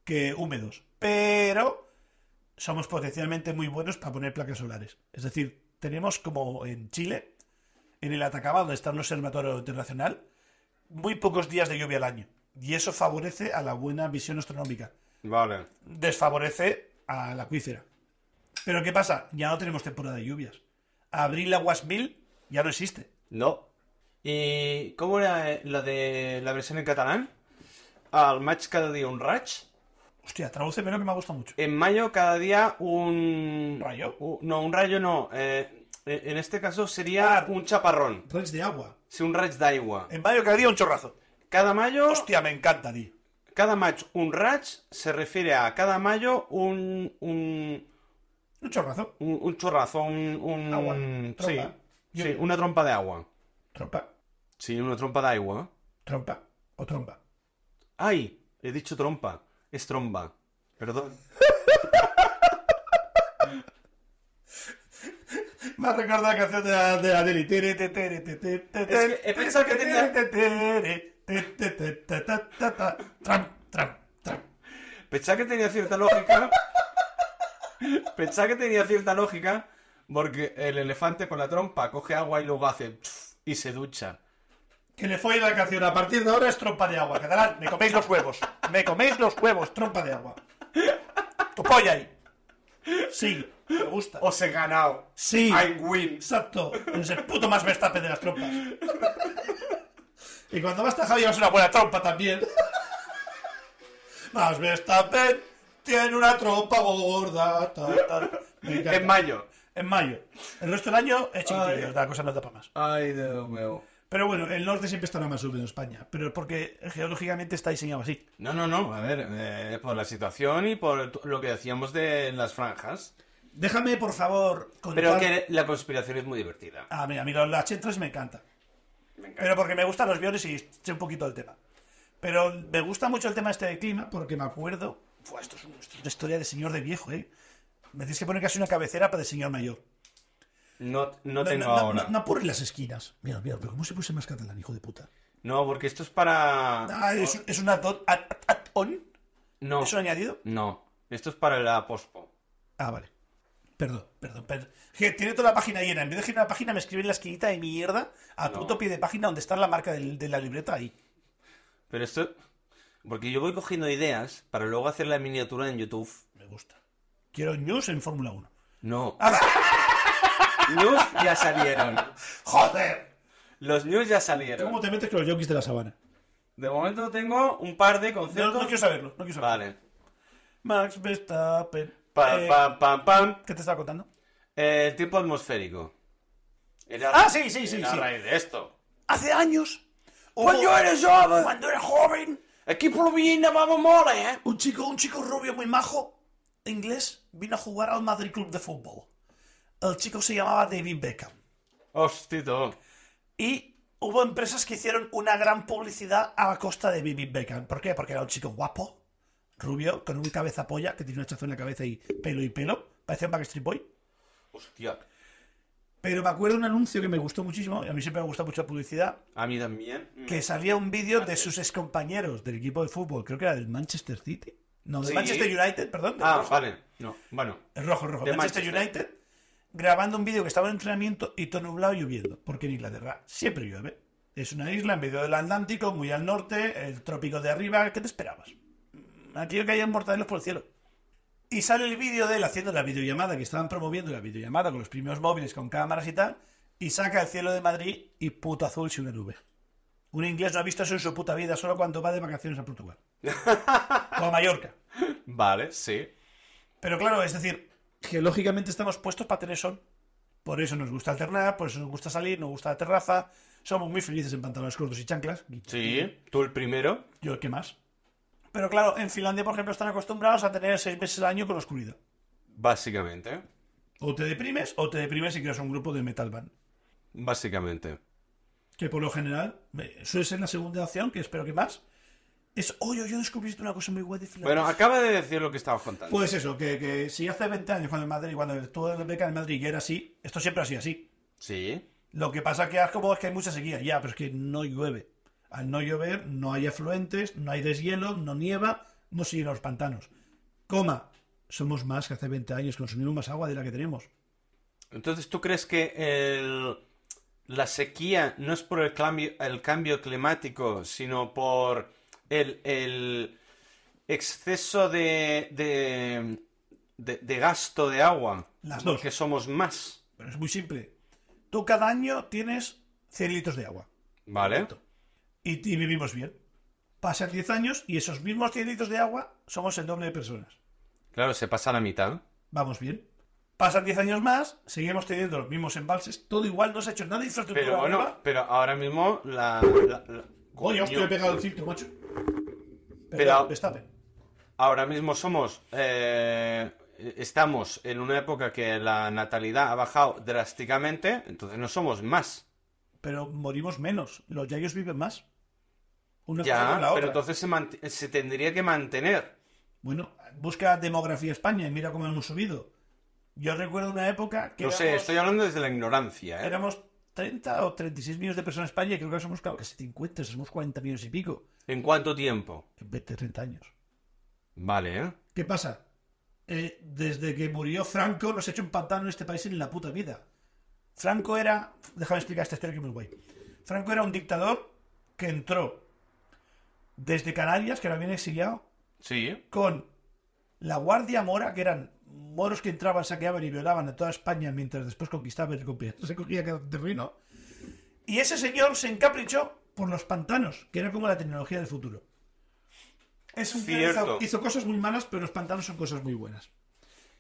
que húmedos. Pero somos potencialmente muy buenos para poner placas solares. Es decir, tenemos como en Chile en el
Atacama, donde está un observatorio internacional, muy pocos días de lluvia al año. Y eso favorece a la buena visión astronómica.
Vale.
Desfavorece a la acuífera. Pero ¿qué pasa? Ya no tenemos temporada de lluvias. Abril aguas mil ya no existe.
No. ¿Y cómo era eh, la de la versión en catalán? Al match cada día un ratch.
Hostia, tradúcemelo que me ha gustado mucho.
En mayo cada día un...
¿Rayo?
u- no, un rayo no. eh, en en este caso sería un chaparrón.
Reds de agua.
Si un raig d'aigua.
En mayo cada día un chorrazo.
Cada mayo,
Hostia, me encanta, tío.
cada match un ratch se refiere a cada mayo un, un,
Un chorrazo.
un, un chorrazo, un... un-
Agua,
Sí,
trompa.
sí, una trompa de agua.
Trompa,
Sí, una trompa de agua.
trompa o trompa.
¡Ay! He dicho trompa. Es tromba. Perdón.
Me ha recordado la canción de, la- de Adeli. Tere, te, tere, te, te, te, te,
Es que he pensado que
te,
tenía-
te, tere, te, te, te, ta, ta, ta, ta. Tram, tram, tram.
Pensaba que tenía cierta lógica. Pensaba que tenía cierta lógica porque el elefante con la trompa coge agua y luego hace pf y se ducha.
Que le fue la canción. A partir de ahora es trompa de agua. Catalán, me coméis los huevos. Me coméis los huevos, trompa de agua. Tu polla ahí. Sí, me gusta.
Os he ganado.
Sí,
win.
exacto. Eres el puto más Verstappen de las trompas. Y cuando vas tajado llevas una buena trompa también.
Más Verstappen tiene una trompa gorda. ta, ta. Me encanta.
En mayo.
En mayo. El resto del año es chiquitillo, la cosa no da para más.
Ay, Dios mío.
Pero bueno, el norte siempre estará más húmedo en España, pero porque geológicamente está diseñado así.
No, no, no. A ver, eh, por la situación y por t- lo que decíamos de las franjas.
Déjame, por favor,
Pero
contar...
que la conspiración es muy divertida.
A mí, a mí los H3 me encanta. Pero porque me gustan los guiones y sé un poquito del tema. Pero me gusta mucho el tema este de clima porque me acuerdo... Buah, esto, es un- esto es una historia de señor de viejo, ¿eh? Me tienes que poner casi una cabecera para de señor mayor.
No, no tengo
no,
ahora.
No, no apurren las esquinas. Mira, mira, pero ¿cómo se puso más catalán, hijo de puta?
No, porque esto es para.
Ah, es, es un add-on. add- add-on?
No,
¿Es un añadido?
no. Esto es para la pospo.
Ah, vale. Perdón, perdón, perdón. Que tiene toda la página llena. En vez de girar la página, me escriben la esquinita de mierda a
No.
puto pie de página donde está la marca del- de la libreta ahí.
Pero esto. Porque yo voy cogiendo ideas para luego hacer la miniatura en YouTube.
Me gusta. Quiero news en Fórmula 1.
No.
Ah,
news ya salieron.
¡Joder!
Los news ya salieron.
¿Cómo te metes con los jockeys de la sabana?
De momento tengo un par de
No, no
conceptos.
quiero saberlo, no quiero saberlo.
Vale.
Max Verstappen.
Pam,
Eh,
pam, pam, pam.
¿Qué te estaba contando?
Eh, el tiempo atmosférico. Era-
Ah, sí, sí, sí,
era
sí.
a raíz de esto.
Hace años.
Cuando
hubo-
eres joven.
Cuando eres pues. joven.
Aquí proviene, vamos, mole, ¿eh?
Un chico, un chico rubio muy majo, inglés, vino a jugar al Madrid Club de Fútbol. El chico se llamaba David Beckham.
Hostito.
Y hubo empresas que hicieron una gran publicidad a la costa de David Beckham. ¿Por qué? Porque era un chico guapo, rubio, con un cabeza polla, que tiene una chazo en la cabeza y pelo y pelo. Parecía un Backstreet Boy.
Hostia.
Pero me acuerdo de un anuncio que me gustó muchísimo, y a mí siempre me ha gustado mucho la publicidad,
A mí también. Mm.
que salía un vídeo de sus excompañeros del equipo de fútbol, creo que era del Manchester City. No, del
Sí.
Manchester United, perdón. del
Ah,
rojo.
vale. No, bueno.
El rojo, el rojo.
De
Manchester,
Manchester.
United grabando un vídeo que estaba en entrenamiento y todo nublado y lloviendo. Porque en Inglaterra siempre llueve. Es una isla en medio del Atlántico, muy al norte, el trópico de arriba. ¿Qué te esperabas? Mm, Aquello que hayan mortadelos por el cielo. Y sale el vídeo de él haciendo la videollamada, que estaban promoviendo la videollamada con los primeros móviles, con cámaras y tal. Y saca el cielo de Madrid y puto azul sin una nube. Un inglés no ha visto eso en su puta vida, solo cuando va de vacaciones a Portugal. o a Mallorca.
Vale, sí.
Pero claro, es decir, geológicamente estamos puestos para tener sol. Por eso nos gusta alternar, por eso nos gusta salir, nos gusta la terraza. Somos muy felices en pantalones cortos y chanclas.
Sí. Tú el primero.
Yo, ¿qué más? Pero claro, en Finlandia, por ejemplo, están acostumbrados a tener seis meses al año con oscuridad.
Básicamente.
O te deprimes, o te deprimes y creas un grupo de metal band.
Básicamente.
Que por lo general eh, suele ser la segunda opción, que espero que más. Es, oye, yo descubrí esto, una cosa muy guay de Finlandia.
Bueno, acaba de decir lo que estabas contando.
Pues eso, que, que si hace 20 años cuando en Madrid, cuando tú en beca en Madrid ya era así, esto siempre ha sido así.
Sí.
Lo que pasa que como es que hay mucha sequía, ya, pero es que no llueve. Al no llover, no hay afluentes, no hay deshielo, no nieva, no se llenan los pantanos. Coma, somos más que hace 20 años, consumimos más agua de la que tenemos.
Entonces, ¿tú crees que el, la sequía no es por el cambio, el cambio climático, sino por el, el exceso de, de, de- de gasto de agua.
Las dos.
Porque somos más.
Pero es muy simple.
Tú cada año tienes 100 litros de agua.
¿Vale?
Y, y vivimos bien. Pasan 10 años y esos mismos 100 litros de agua somos el doble de personas.
Claro, se pasa la mitad.
Vamos bien. Pasan 10 años más, seguimos teniendo los mismos embalses, todo igual, no se ha hecho nada de infraestructura.
Pero bueno,
nueva.
pero ahora mismo la... la- la-
Coño, hostia, le he
coño,
pegado el filtro, macho.
Pero-
Pero, Verstappen.
ahora mismo somos... eh, estamos en una época que la natalidad ha bajado drásticamente, entonces no somos más.
Pero morimos menos. Los yayos viven más. Una cosa
Ya,
con la otra.
pero entonces se, mant- se tendría que mantener.
Bueno, busca demografía España y mira cómo hemos subido. Yo recuerdo una época que
No sé,
éramos,
estoy hablando desde la ignorancia, ¿eh?
éramos 30 o 36 millones de personas en España y creo que ahora somos ca- casi 50, somos 40 millones y pico
¿En cuánto tiempo?
en 20, 30 años.
Vale, ¿eh?
¿Qué pasa? Eh, desde que murió Franco nos ha hecho un pantano en este país en la puta vida. Franco era... Déjame explicar esta historia que es muy guay. Franco era un dictador que entró desde Canarias, que ahora viene exiliado,
Sí.
con la Guardia Mora, que eran moros que entraban, saqueaban y violaban a toda España mientras después conquistaban y recogían- se cogía cada terreno. Y ese señor se encaprichó por los pantanos, que era como la tecnología del futuro. Es un tío que hizo-
Cierto.
hizo cosas muy malas, pero los pantanos son cosas muy buenas.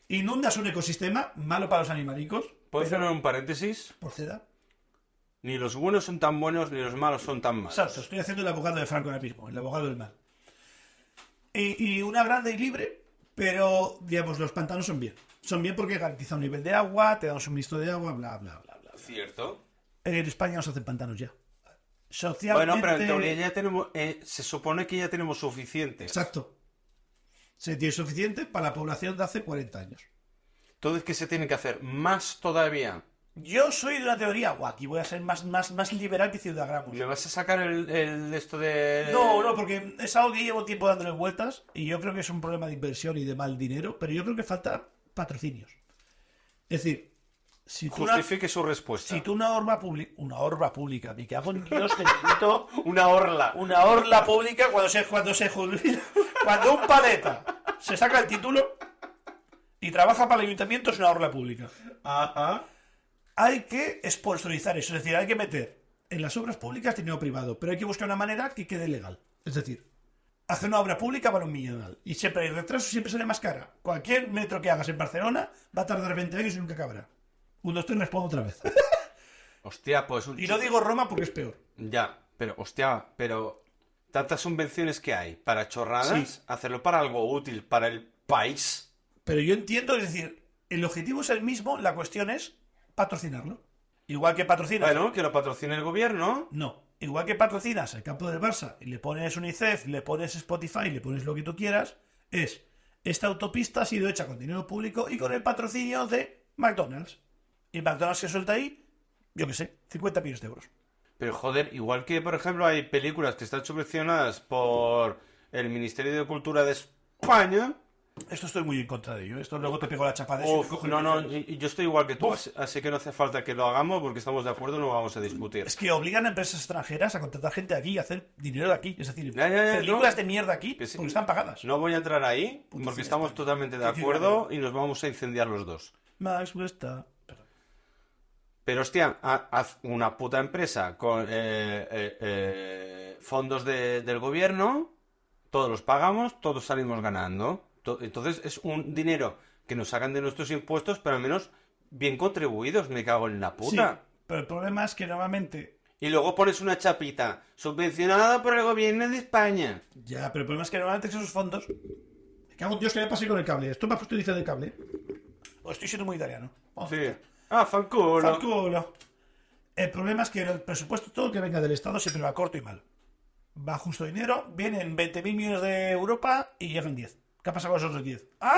Inundas un ecosistema malo para los animalicos,
¿Puedo cerrar un paréntesis?
proceda.
Ni los buenos son tan buenos, ni los malos son tan malos.
Exacto, estoy haciendo el abogado de Franco ahora mismo, el abogado del mal. Y, y una grande y libre, pero digamos, los pantanos son bien. Son bien porque garantiza un nivel de agua, te da un suministro de agua, bla, bla, bla. bla.
Cierto.
En España no se hacen pantanos ya. Socialmente.
Bueno, pero en teoría ya tenemos... eh, se supone que ya tenemos suficiente.
Exacto. Se tiene suficiente para la población de hace 40 años.
Entonces, ¿qué se tiene que hacer? Más todavía.
Yo soy de una teoría, guau, aquí voy a ser más, más, más liberal que Ciudad
¿Me vas a sacar el, el esto de...?
No, no, porque es algo que llevo tiempo dándole vueltas y yo creo que es un problema de inversión y de mal dinero, pero yo creo que falta patrocinios. Es decir, si tú, una,
Justifique su respuesta.
si tú una orba pública, una orba pública, me cago en Dios que necesito
Una orla.
una orla pública cuando se, cuando se jubila, cuando un paleta se saca el título y trabaja para el ayuntamiento es una orla pública.
Ajá.
Hay que sponsorizar eso, es decir, hay que meter en las obras públicas dinero privado, pero hay que buscar una manera que quede legal. Es decir, hacer una obra pública para un millonario. Y siempre hay retraso, siempre sale más cara. Cualquier metro que hagas en Barcelona va a tardar 20 años y nunca acabará. Un, dos, tres, respondo otra vez.
Hostia, pues...
Y no digo Roma porque es peor.
Ya, pero hostia, pero... Tantas subvenciones que hay para chorradas, hacerlo para algo útil para el país.
Pero yo entiendo, es decir, el objetivo es el mismo, la cuestión es patrocinarlo. Igual que patrocinas.
Bueno, que lo patrocine el gobierno.
No. Igual que patrocinas el campo del Barça y le pones UNICEF, le pones Spotify, le pones lo que tú quieras, es esta autopista ha sido hecha con dinero público y con el patrocinio de McDonald's. Y McDonald's se suelta ahí, yo qué sé, 50 millones de euros.
Pero joder, igual que por ejemplo hay películas que están subvencionadas por el Ministerio de Cultura de España.
Esto estoy muy en contra de ello. Esto luego te pego la chapa de eso y te
Uf,
cojo y
no,
te
no,
dices-
y- y yo estoy igual que tú, así- así que no hace falta que lo hagamos porque estamos de acuerdo, no vamos a discutir.
Es que obligan a empresas extranjeras a contratar gente aquí y hacer dinero de aquí. Es decir,
Ya, ya, ya,
películas
no.
de mierda aquí
Que sí.
porque están pagadas.
No voy a entrar ahí
Puta
porque
ciudad,
estamos totalmente de
Qué ciudad, eh.
acuerdo y nos vamos a incendiar los dos.
Max pues Westa.
Pero hostia, ha- haz una puta empresa con eh, eh, eh, fondos de- del gobierno, todos los pagamos, todos salimos ganando. To- Entonces es un dinero que nos sacan de nuestros impuestos, pero al menos bien contribuidos, me cago en la puta.
Sí, pero el problema es que normalmente
Y luego pones una chapita, subvencionada por el gobierno de España.
Ya, pero el problema es que normalmente esos fondos. Me cago en Dios que me pasé con el cable. Esto me ha puesto el del cable. O estoy siendo muy italiano. Vamos a
Sí.
ver.
Ah, fanculo.
Fanculo. El problema es que el presupuesto, todo que venga del Estado, siempre va corto y mal. Va justo dinero, vienen 20.000 millones de Europa y llegan 10. ¿Qué ha pasado con esos otros 10? ¡Ah!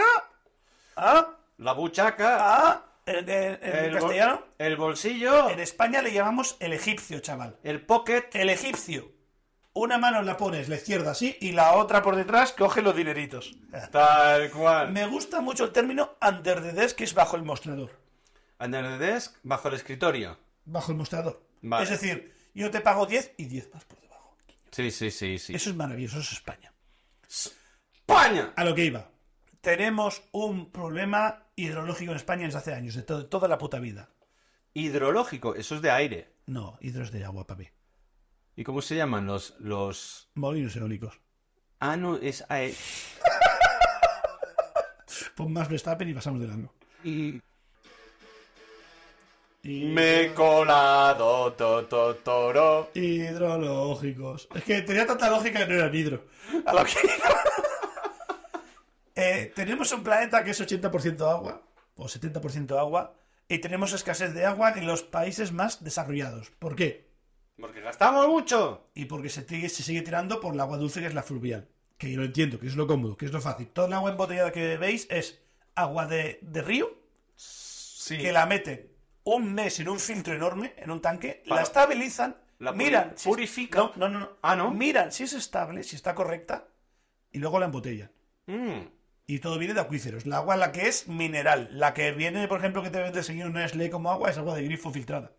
¡Ah!
La buchaca.
¡Ah! En, en- en
el bol-
castellano,
el bolsillo.
en España le llamamos el egipcio, chaval.
El pocket.
El egipcio. Una mano la pones, la izquierda así, y la otra por detrás coge los dineritos.
Tal cual.
Me gusta mucho el término under the desk, que es bajo el mostrador.
Under the desk, bajo el escritorio.
Bajo el mostrador.
Vale.
Es decir, yo te pago 10 y 10 más por debajo.
Sí, sí, sí, sí.
Eso es maravilloso, eso es España.
¡España!
A lo que iba. Tenemos un problema hidrológico en España desde hace años, de to- toda la puta vida.
Hidrológico, eso es de aire.
No, hidros de agua, papi.
¿Y cómo se llaman los... los...
Molinos eólicos.
Ah, no, es ae-
Pon más Verstappen y pasamos del año.
Y...
Y-
Me he colado, to, to, toro.
Hidrológicos. Es que tenía tanta lógica que no eran hidro. A lo que Eh, tenemos un planeta que es 80% agua, o 70% agua, y tenemos escasez de agua en los países más desarrollados. ¿Por qué?
Porque gastamos mucho.
Y porque se, sigue- se sigue tirando por el agua dulce, que es la fluvial. Que yo lo entiendo, que es lo cómodo, que es lo fácil. Toda el agua embotellada que veis es agua de, de río,
Sí.
que la meten un mes en un filtro enorme, en un tanque,
Para-
la estabilizan,
La puri-
miran, si-
purifican.
No, no, no, no.
Ah, ¿no?
Miran si es estable, si está correcta, y luego la embotellan.
Mm.
Y todo viene de acuíferos. La agua, la que es mineral, la que viene, por ejemplo, que te vende seguir una Nestlé como agua, es agua de grifo filtrada.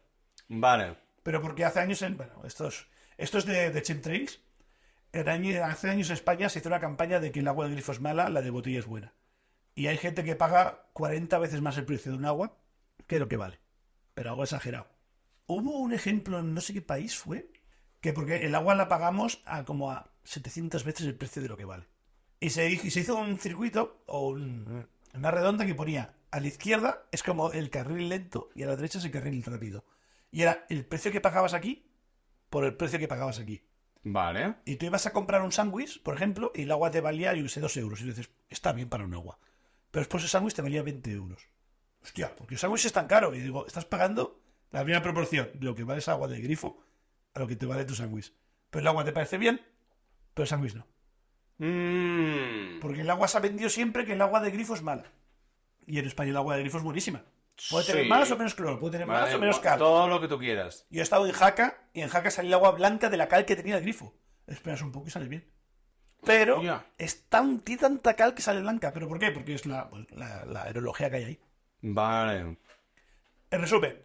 Vale.
Pero porque hace años, en, bueno, estos, estos de, de Chemtrails, el año- hace años en España se hizo una campaña de que el agua de grifo es mala, la de botella es buena. Y hay gente que paga 40 veces más el precio de un agua que lo que vale. Pero algo exagerado. Hubo un ejemplo en no sé qué país fue, que porque el agua la pagamos a como a 700 veces el precio de lo que vale. Y se, hi- y se hizo un circuito o un- una redonda que ponía a la izquierda es como el carril lento y a la derecha es el carril rápido. Y era el precio que pagabas aquí por el precio que pagabas aquí.
Vale.
Y tú ibas a comprar un sándwich, por ejemplo, y el agua te valía, yo que sé, 2 euros. Y dices, está bien para un agua. Pero después el sándwich te valía 20 euros. Hostia, porque el sándwich es tan caro. Y digo, estás pagando la misma proporción de lo que vale esa agua de grifo a lo que te vale tu sándwich. Pero el agua te parece bien, pero el sándwich no.
Mm.
Porque el agua se ha vendido siempre que el agua de grifo es mala. Y en España el agua de grifo es buenísima. Puede tener
Sí.
más o menos cloro, puede tener
Vale,
más o menos
gua-
cal.
Todo lo que tú quieras.
Yo he estado en Jaca y en Jaca sale el agua blanca de la cal que tenía el grifo. Esperas un poco y sale bien. Pero
Hostia.
es tan, tiene tanta cal que sale blanca. ¿Pero por qué? Porque es la, pues, la, la aerología que hay ahí.
Vale.
En resumen,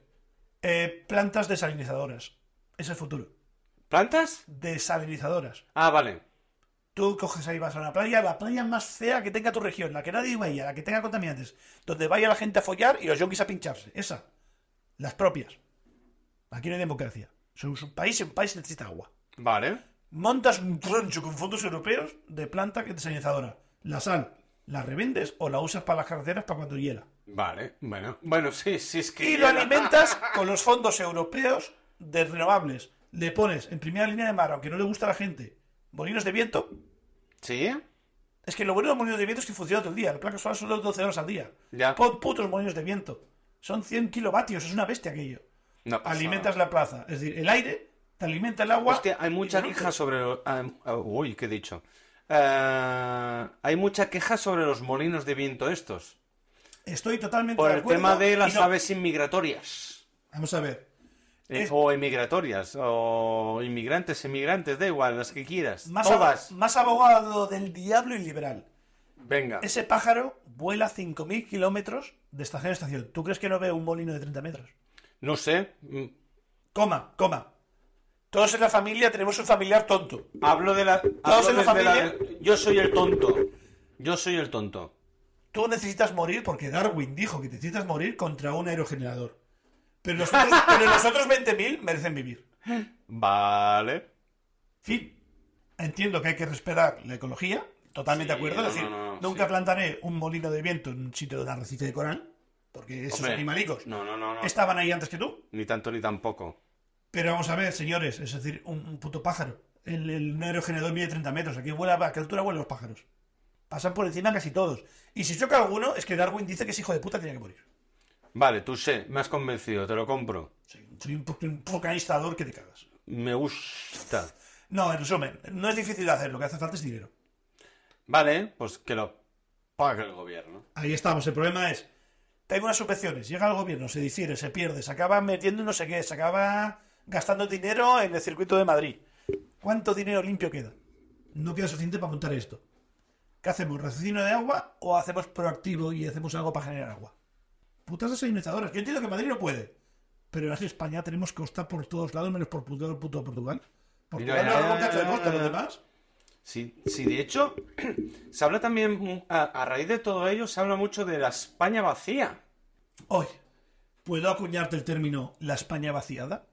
eh, plantas desalinizadoras. Es el futuro.
¿Plantas?
Desalinizadoras.
Ah, vale.
Tú coges ahí, vas a una playa, la playa más fea que tenga tu región, la que nadie vaya, la que tenga contaminantes, donde vaya la gente a follar y los yonkis a pincharse. Esa. Las propias. Aquí no hay democracia. Somos un país y un país necesita agua.
Vale.
Montas un troncho con fondos europeos de planta que desalinizadora. La sal, la revendes o la usas para las carreteras para cuando hiela.
Vale. Bueno. Bueno, sí, sí, es que.
Y lo alimentas con los fondos europeos de renovables. Le pones en primera línea de mar, aunque no le gusta a la gente, molinos de viento.
¿Sí?
Es que lo bueno de los molinos de viento es que funciona todo el día. La placa solar son los 12 horas al día.
Ya.
Pon putos molinos de viento. Son 100 kilovatios, es una bestia aquello.
No pasa
Alimentas la plaza. Es decir, el aire te alimenta el agua.
Es que hay
y
mucha
te nutre.
queja sobre los... ah, uy, ¿qué he dicho? Eh, hay mucha queja sobre los molinos de viento estos.
Estoy totalmente
Por
de
el
acuerdo
tema de
y
las
no-
aves inmigratorias.
Vamos a ver.
Eh,
Es-
O inmigratorias. O inmigrantes, emigrantes, da igual, las que quieras.
Más,
Todas.
abo- más abogado del diablo y liberal.
Venga.
Ese pájaro vuela 5.000 kilómetros de estación a estación. ¿Tú crees que no ve un molino de 30 metros?
No sé. mm,
Coma, coma. Todos en la familia tenemos un familiar tonto.
Hablo de la...
Todos
hablo
en la
desde
familia.
Yo soy el tonto. Yo soy el tonto.
Tú necesitas morir porque Darwin dijo que necesitas morir contra un aerogenerador. Pero los otros, pero los otros 20.000 merecen vivir.
Vale.
Fin. Entiendo que hay que respetar la ecología. Totalmente
Sí,
de acuerdo.
no,
es decir,
no, no,
nunca
sí.
plantaré un molino de viento en un sitio de una arrecife de coral. Porque esos
Hombre,
animalicos
No, no, no, no.
estaban ahí antes que tú.
Ni tanto ni tampoco.
Pero vamos a ver, señores, es decir, un, un puto pájaro. El, el un aerogenerador mide 30 metros. ¿A qué, vuela, a qué altura vuelan los pájaros? Pasan por encima casi todos. Y si choca alguno, es que Darwin dice que ese hijo de puta tenía que morir.
Vale, tú sé. Me has convencido. Te lo compro.
Soy, soy un, po- un procrastinador que te cagas.
Me gusta.
No, en resumen, no es difícil de hacer. Lo que hace falta es dinero.
Vale, pues que lo pague el gobierno.
Ahí estamos. El problema es, tengo unas subvenciones, llega al gobierno, se difiere, se pierde, se acaba metiendo no sé qué, se acaba gastando dinero en el circuito de Madrid. ¿Cuánto dinero limpio queda? No queda suficiente para montar esto. ¿Qué hacemos? ¿Raciocinio de agua o hacemos proactivo y hacemos algo para generar agua? Putas desalinizadoras. Yo entiendo que Madrid no puede.
Pero en España tenemos costa por todos lados, menos por puto, puto Portugal.
Mira,
Portugal no
ya,
habla un
ya,
cacho de
ya,
costa,
ya.
los demás.
Sí, sí, de hecho, se habla también, mm, a, a raíz de todo ello, se habla mucho de la España vacía.
Hoy,
¿Puedo acuñarte el término la España vaciada?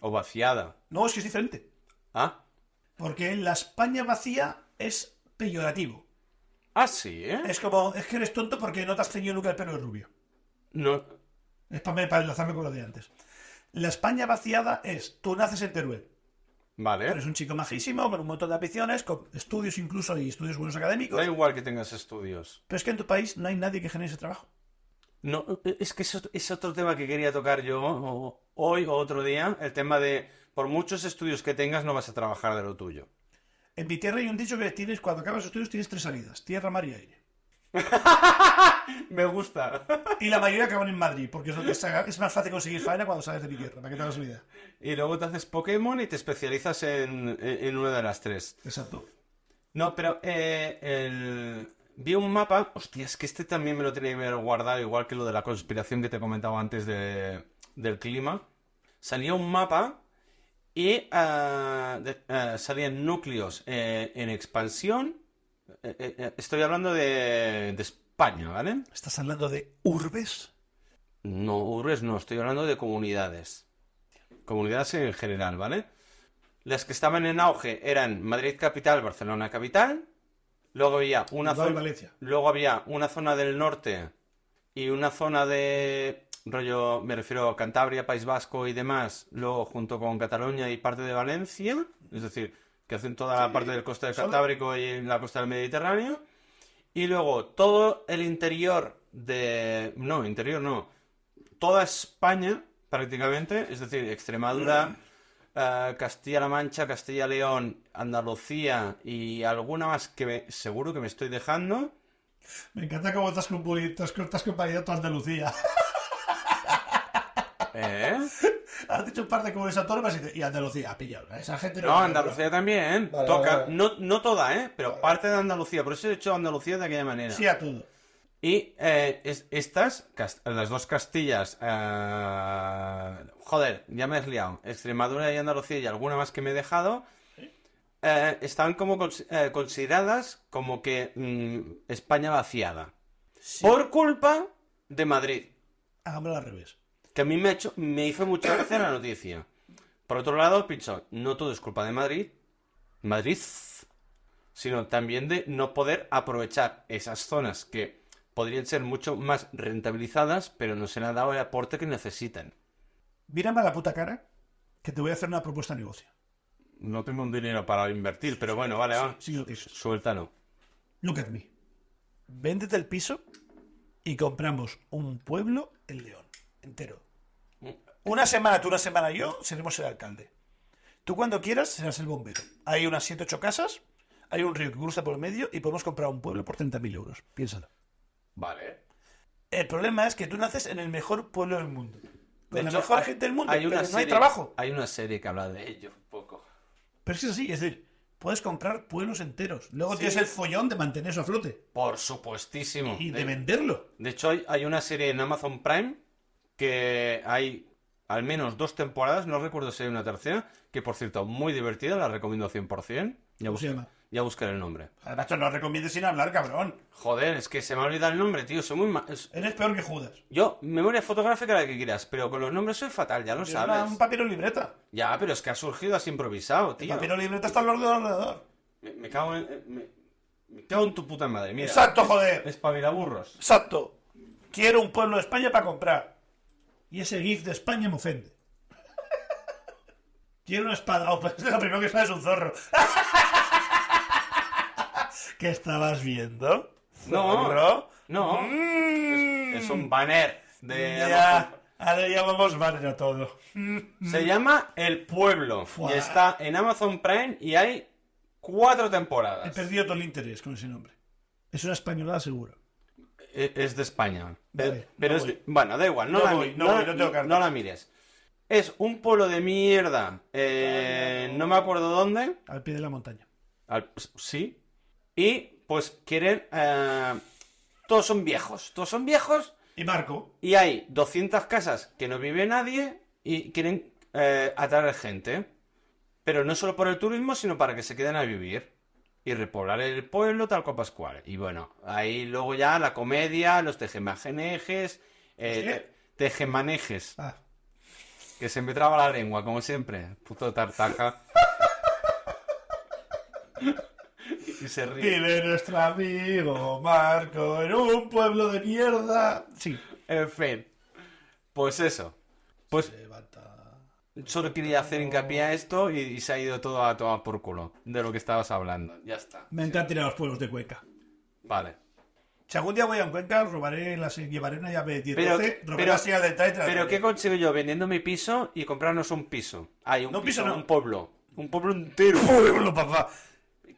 O vaciada.
No, es que es diferente.
Ah,
Porque la España vacía es peyorativo.
ah sí, ¿eh?
Es como, es que eres tonto porque no te has ceñido nunca el pelo de rubio.
No,
Es para, para enlazarme con lo de antes. La España vaciada es, tú naces en Teruel,
vale.
eres un chico majísimo, con un montón de aficiones, con estudios incluso y estudios buenos académicos,
Da igual que tengas estudios.
pero es que en tu país no hay nadie que genere ese trabajo.
No, es que eso es otro tema que quería tocar yo o- hoy o otro día, el tema de por muchos estudios que tengas no vas a trabajar de lo tuyo.
En mi tierra hay un dicho que tienes, cuando acabas los estudios tienes tres salidas, tierra, mar y aire.
Me gusta.
Y la mayoría acaban en Madrid, porque es, donde se- es más fácil conseguir faena cuando sales de mi tierra, para que te hagas una idea.
Y luego te haces Pokémon y te especializas en, en- en una de las tres.
Exacto.
No, pero eh, el- vi un mapa. Hostia, es que este también me lo tenía que haber guardado, igual que lo de la conspiración que te comentaba antes de- del clima. Salía un mapa y ah, de- ah, salían núcleos eh, en expansión. Eh, eh, eh, estoy hablando de, de España, ¿vale?
¿Estás hablando de urbes?
No, urbes no, estoy hablando de comunidades. Comunidades en general, ¿vale? Las que estaban en auge eran Madrid capital, Barcelona capital. Luego había una
Bilbao y
zona,
Valencia.
luego había una zona del norte y una zona de rollo, me refiero a Cantabria, País Vasco y demás, luego junto con Cataluña y parte de Valencia, es decir, que hacen toda la parte del costa del Cantábrico y en la costa del Mediterráneo. Y luego todo el interior de... No, interior no. Toda España, prácticamente, es decir, Extremadura, eh, Castilla-La Mancha, Castilla-León, Andalucía y alguna más que me- seguro que me estoy dejando.
Me encanta cómo estás comparado a Andalucía.
¿Eh?
Has dicho un par de comunidades autónomas y, dices, y Andalucía, pillado. ¿no? Esa gente no.
No, Andalucía también.
Vale,
Toca,
vale, vale.
No, no toda, ¿eh? Pero parte de Andalucía. Por eso he hecho Andalucía de aquella manera.
Sí, a todo.
Y eh, es- estas, cas- las dos Castillas, eh, joder, ya me he liado, Extremadura y Andalucía y alguna más que me he dejado, eh, están como cons- eh, consideradas como que mm, España vaciada. Por culpa de Madrid,
Hagámoslo al revés.
que a mí me, ha hecho, me hizo mucha gracia la noticia. Por otro lado, pienso, no todo es culpa de Madrid, Madrid, sino también de no poder aprovechar esas zonas que podrían ser mucho más rentabilizadas, pero no se le ha dado el aporte que necesitan.
Mírame a la puta cara que te voy a hacer una propuesta de negocio.
No tengo un dinero para invertir, pero bueno, vale, va.
Sí, lo tienes.
Suéltalo.
Look at me. Véndete el piso y compramos un pueblo en León, entero. Mm. Una semana tú, una semana yo, seremos el alcalde. Tú cuando quieras serás el bombero. Hay unas 7, 8 casas, hay un río que cruza por el medio y podemos comprar un pueblo por 30.000 euros. Piénsalo.
Vale.
El problema es que tú naces en el mejor pueblo del mundo. Con
De
la
hecho,
mejor
hay-
gente del mundo,
hay una
pero no hay
serie-
trabajo.
Hay una serie que habla de ello un poco.
Pero es que es así, es decir, puedes comprar pueblos enteros. Luego tienes el follón de mantener eso a flote
Por supuestísimo.
y de
De-
venderlo.
De hecho, hay, hay una serie en Amazon Prime que hay al menos dos temporadas, no recuerdo si hay una tercera, que por cierto, muy divertida, la recomiendo 100%. Ya,
¿Cómo se
bus-
llama?
ya buscaré el nombre.
Además, no recomiendes sin hablar, cabrón.
Joder, es que se me ha olvidado el nombre, tío, soy muy ma- es-
Eres peor que Judas.
Yo, memoria fotográfica la que quieras, pero con los nombres soy fatal, ya lo
Es una-
sabes.
un papiro libreta.
Ya, pero es que ha surgido así improvisado,
El
tío.
papiro libreta está al lado del ordenador.
Me, me cago en... eh, Me, me cago en tu puta madre, mira.
Exacto, joder.
Espabilaburros.
Exacto. Quiero un pueblo de España para comprar. Y ese gif de España me ofende. Quiero una espada. Oh, pues lo primero que sale es un zorro. ¿Qué estabas viendo?
No.
¿Zorro?
No,
Mm.
es un banner de Amazon
Ya. Ahora le llamamos banner a todo. Mm.
Se llama El Pueblo
Fuá.
y está en Amazon Prime y hay cuatro
He
temporadas.
perdido todo el interés con ese nombre. Es una españolada seguro.
E- Es de España.
Vale,
Pe-
no
pero es
voy.
de- Bueno, da igual, no,
No
la,
voy,
mi-
no voy, no tengo carta.
no la mires. Es un pueblo de mierda. eh, no me acuerdo dónde.
Al pie de la montaña.
Al- sí. Y pues quieren... eh, todos son viejos. Todos son viejos
Y Marco.
y hay 200 casas que no vive nadie y quieren eh, atraer gente, pero no solo por el turismo, sino para que se queden a vivir y repoblar el pueblo tal cual Pascual. Y bueno, ahí luego ya la comedia, los tejemanejes, eh, te- tejemanejes,
Ah.
que se me traba la lengua, como siempre, puto tartaja. y se ríe.
Vive nuestro amigo Marco en un pueblo de mierda. Sí.
En fin, pues eso. Pues solo quería hacer hincapié a esto y, y se ha ido todo a tomar por culo de lo que estabas hablando. Ya está.
Me encantan ir a los pueblos de Cuenca.
Vale.
Si algún día voy a Cuenca, robaré la, se- llevaré una llave de 10
Pero-
robaré
pero-
la señal de Taitra.
Pero ¿qué consigo yo vendiendo mi piso y comprarnos un piso? Hay un
No,
piso,
piso no.
un pueblo, un pueblo entero.
pueblo, papá.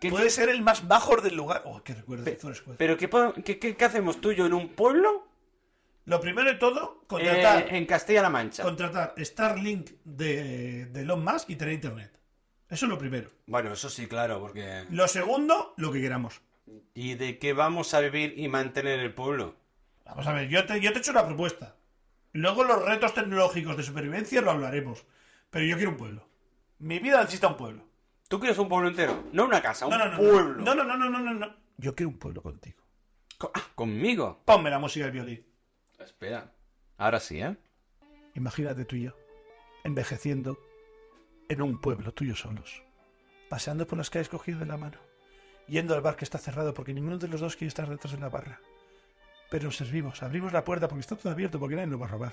¿Qué-
Puede ser el más bajo del lugar. Oh, qué recuerdo de
Pe-
Forest Square.
Pero qué, po- qué, qué- qué hacemos tú y yo en un pueblo?
Lo primero de todo,
Eh,
contratar,
en Castilla-La Mancha.
contratar Starlink de, de Elon Musk y tener internet. Eso es lo primero.
Bueno, eso sí, claro, porque...
Lo segundo, lo que queramos.
¿Y de qué vamos a vivir y mantener el pueblo?
Vamos a ver, yo te, yo te he hecho una propuesta. Luego los retos tecnológicos de supervivencia lo hablaremos. Pero yo quiero un pueblo. Mi vida necesita un pueblo.
¿Tú quieres un pueblo entero? No una casa, un
No, no, no.
pueblo.
No, no, no, no, no, no, no. Yo quiero un pueblo contigo.
Co- ah, conmigo.
Ponme la música del violín.
Espera. Ahora sí, ¿eh?
Imagínate tú y yo, envejeciendo en un pueblo tuyo solos, paseando por las calles cogidos de la mano, yendo al bar que está cerrado porque ninguno de los dos quiere estar detrás de la barra. Pero nos servimos, abrimos la puerta porque está todo abierto porque nadie nos va a robar.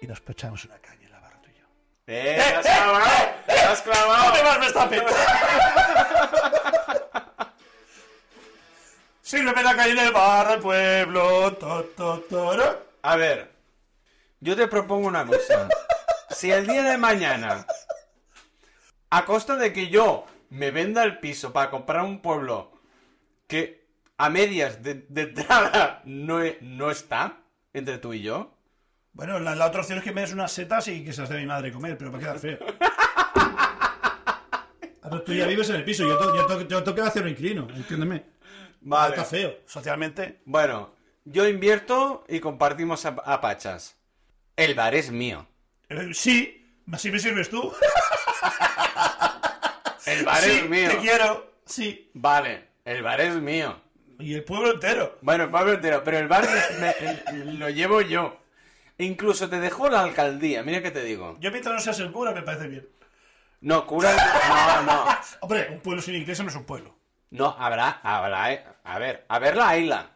Y nos pechamos una caña en la barra tuyo.
¡Eh! ¡Te has clavado!
¡Eh,
¡Te has clavado!
más Verstappen!
Sírveme la calle del bar del pueblo. to, to, to, ro.
A ver, yo te propongo una cosa. Si el día de mañana, a costa de que yo me venda el piso para comprar un pueblo que a medias de, de entrada no, e- no está entre tú y yo,
Bueno, la, la otra opción es que me des unas setas y que se las dé mi madre comer, pero va a quedar feo. Ahora tú ya vives en el piso, yo tengo, yo tengo, yo tengo que hacer un inquilino, entiéndeme.
Vale.
Está feo. Socialmente.
bueno, yo invierto y compartimos a, a pachas. El bar es mío.
eh, sí, así me sirves tú.
El bar
sí,
es mío.
te quiero. Sí.
Vale, el bar es mío.
Y el pueblo entero.
Bueno, Pablo entero, pero el bar me- me- lo llevo yo. Incluso te dejó la alcaldía, mira que te digo.
Yo mientras no seas el cura me parece bien.
No, cura. No, no.
Hombre, un pueblo sin iglesia no es un pueblo.
No, habrá, habrá. eh, A ver, a ver la isla.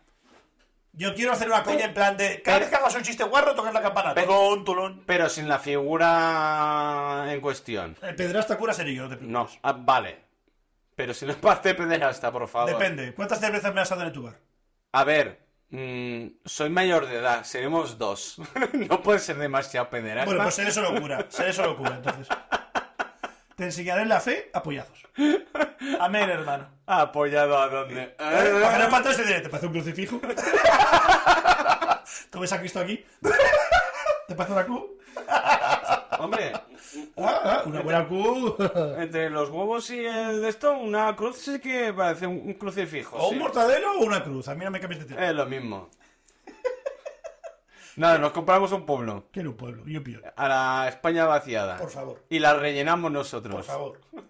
Yo quiero hacer una coña en plan de...
Cada vez que hagas un chiste guarro, tocas la campana. Tulón, tulón.
Pero sin la figura en cuestión.
El pedrasta cura seré yo, no te preocupes.
No, ah, vale. Pero sin la parte pederasta, por favor.
Depende. ¿Cuántas cervezas me has dado en tu bar?
A ver, mm, soy mayor de edad, seremos dos. no puede ser demasiado pederasta.
Bueno, pues seré solo cura, seré solo cura, entonces. Te enseñaré la fe a pollazos.
Amén, hermano.
¿Apoyado a dónde?
¿Para que no faltas te diré, ¿Te parece un crucifijo? ¿Tú ves a Cristo aquí? ¿Te parece una Q?
Hombre,
Ah, ah, una buena Q.
entre los huevos y el de esto, una cruz sí que parece un, un crucifijo.
O
sí.
un mortadelo o una cruz. A mí no me cambies de tema.
Es lo mismo. Nada, nos compramos un pueblo.
Quiero un pueblo, yo pido.
a la España vaciada.
Por favor,
Y la rellenamos nosotros.
por favor.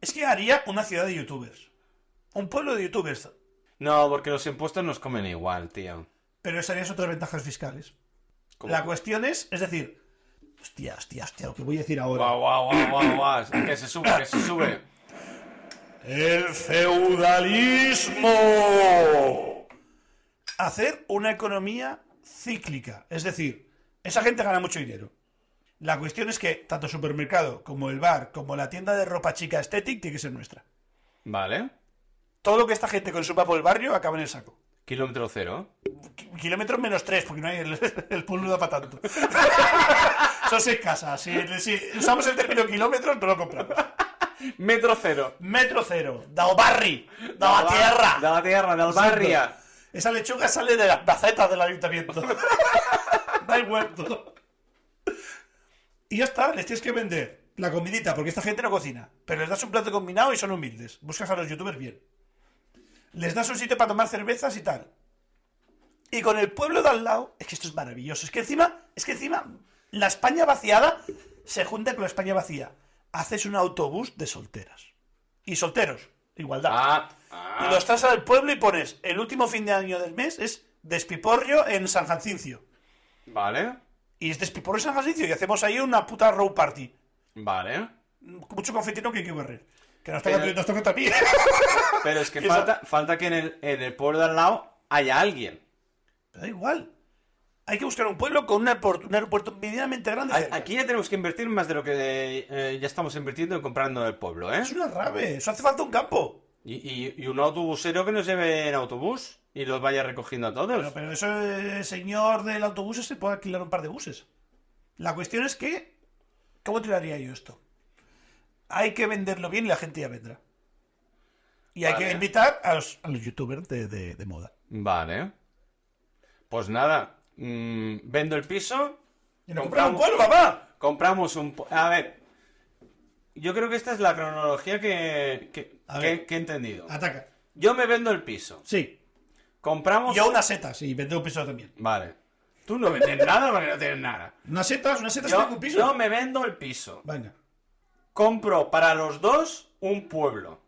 Es que haría una ciudad de youtubers. Un pueblo de youtubers.
No, porque los impuestos nos comen igual, tío.
Pero serían otras ventajas fiscales.
Como-
La cuestión es, es decir... Hostia, hostia, hostia, lo que voy a decir ahora.
Guau, guau, guau, guau, guau. Que se sube, que se sube.
El feudalismo.
hacer una economía cíclica. Es decir, esa gente gana mucho dinero. La cuestión es que tanto el supermercado como el bar, como la tienda de ropa chica estética tiene que ser nuestra.
Vale.
Todo lo que esta gente consuma por el barrio acaba en el saco.
Kilómetro cero.
Ki- Kilómetros menos tres, porque no hay el, el pueblo da para tanto. Son seis casas. Si, si usamos el término kilómetros, no lo compramos.
Metro cero.
Metro cero.
Dao barri. Dao a tierra.
De la tierra, del barrio.
Esa lechuga sale de las macetas del ayuntamiento. da el huerto. Y ya está, les tienes que vender la comidita, porque esta gente no cocina. Pero les das un plato combinado y son humildes. Buscas a los youtubers bien. Les das un sitio para tomar cervezas y tal. Y con el pueblo de al lado, es que esto es maravilloso. Es que encima, es que encima La España vaciada se junta con la España vacía. Haces un autobús de solteras. Y solteros. Igualdad.
Ah,
Y
ah.
los traes al pueblo y pones el último fin de año del mes es despiporrio en San Jacincio.
Vale,
Y es despiporrio en San Jacincio y hacemos ahí una puta row party.
vale.
Mucho confetino que hay que barrer. Que nos
Pero-
toca, nos toca también.
Pero es que
Eso-
falta, falta que en el, en el pueblo de al lado haya alguien.
Pero da igual. Hay que buscar un pueblo con un aeropuerto, un aeropuerto medianamente grande.
A-
cerca.
Aquí ya tenemos que invertir más de lo que eh, ya estamos invirtiendo en comprando el pueblo, ¿eh?
Es una rave. Eso hace falta un campo.
Y, y- y un autobusero que nos lleve en autobús y los vaya recogiendo a todos.
Pero, pero eso, eh, señor del autobús, se puede alquilar un par de buses. La cuestión es que, ¿cómo tiraría yo esto? Hay que venderlo bien y la gente ya vendrá. Y hay
Vale.
que invitar a los, a los youtubers de, de- de moda.
Vale. Pues nada, mm, vendo el piso.
Y nos
compramos-
compramos un pueblo, papá.
Compramos un... pu- A ver, yo creo que esta es la cronología que, que, que-
A ver. Ah.
que he entendido.
Ataca.
Yo me vendo el piso.
Sí.
Compramos...
Y a unas setas. Y vender un piso también.
Vale. Tú no vendes nada porque no tienes nada.
Unas setas, unas setas
Yo,
tengo un piso.
yo me vendo el piso.
Venga.
Compro para los dos un pueblo.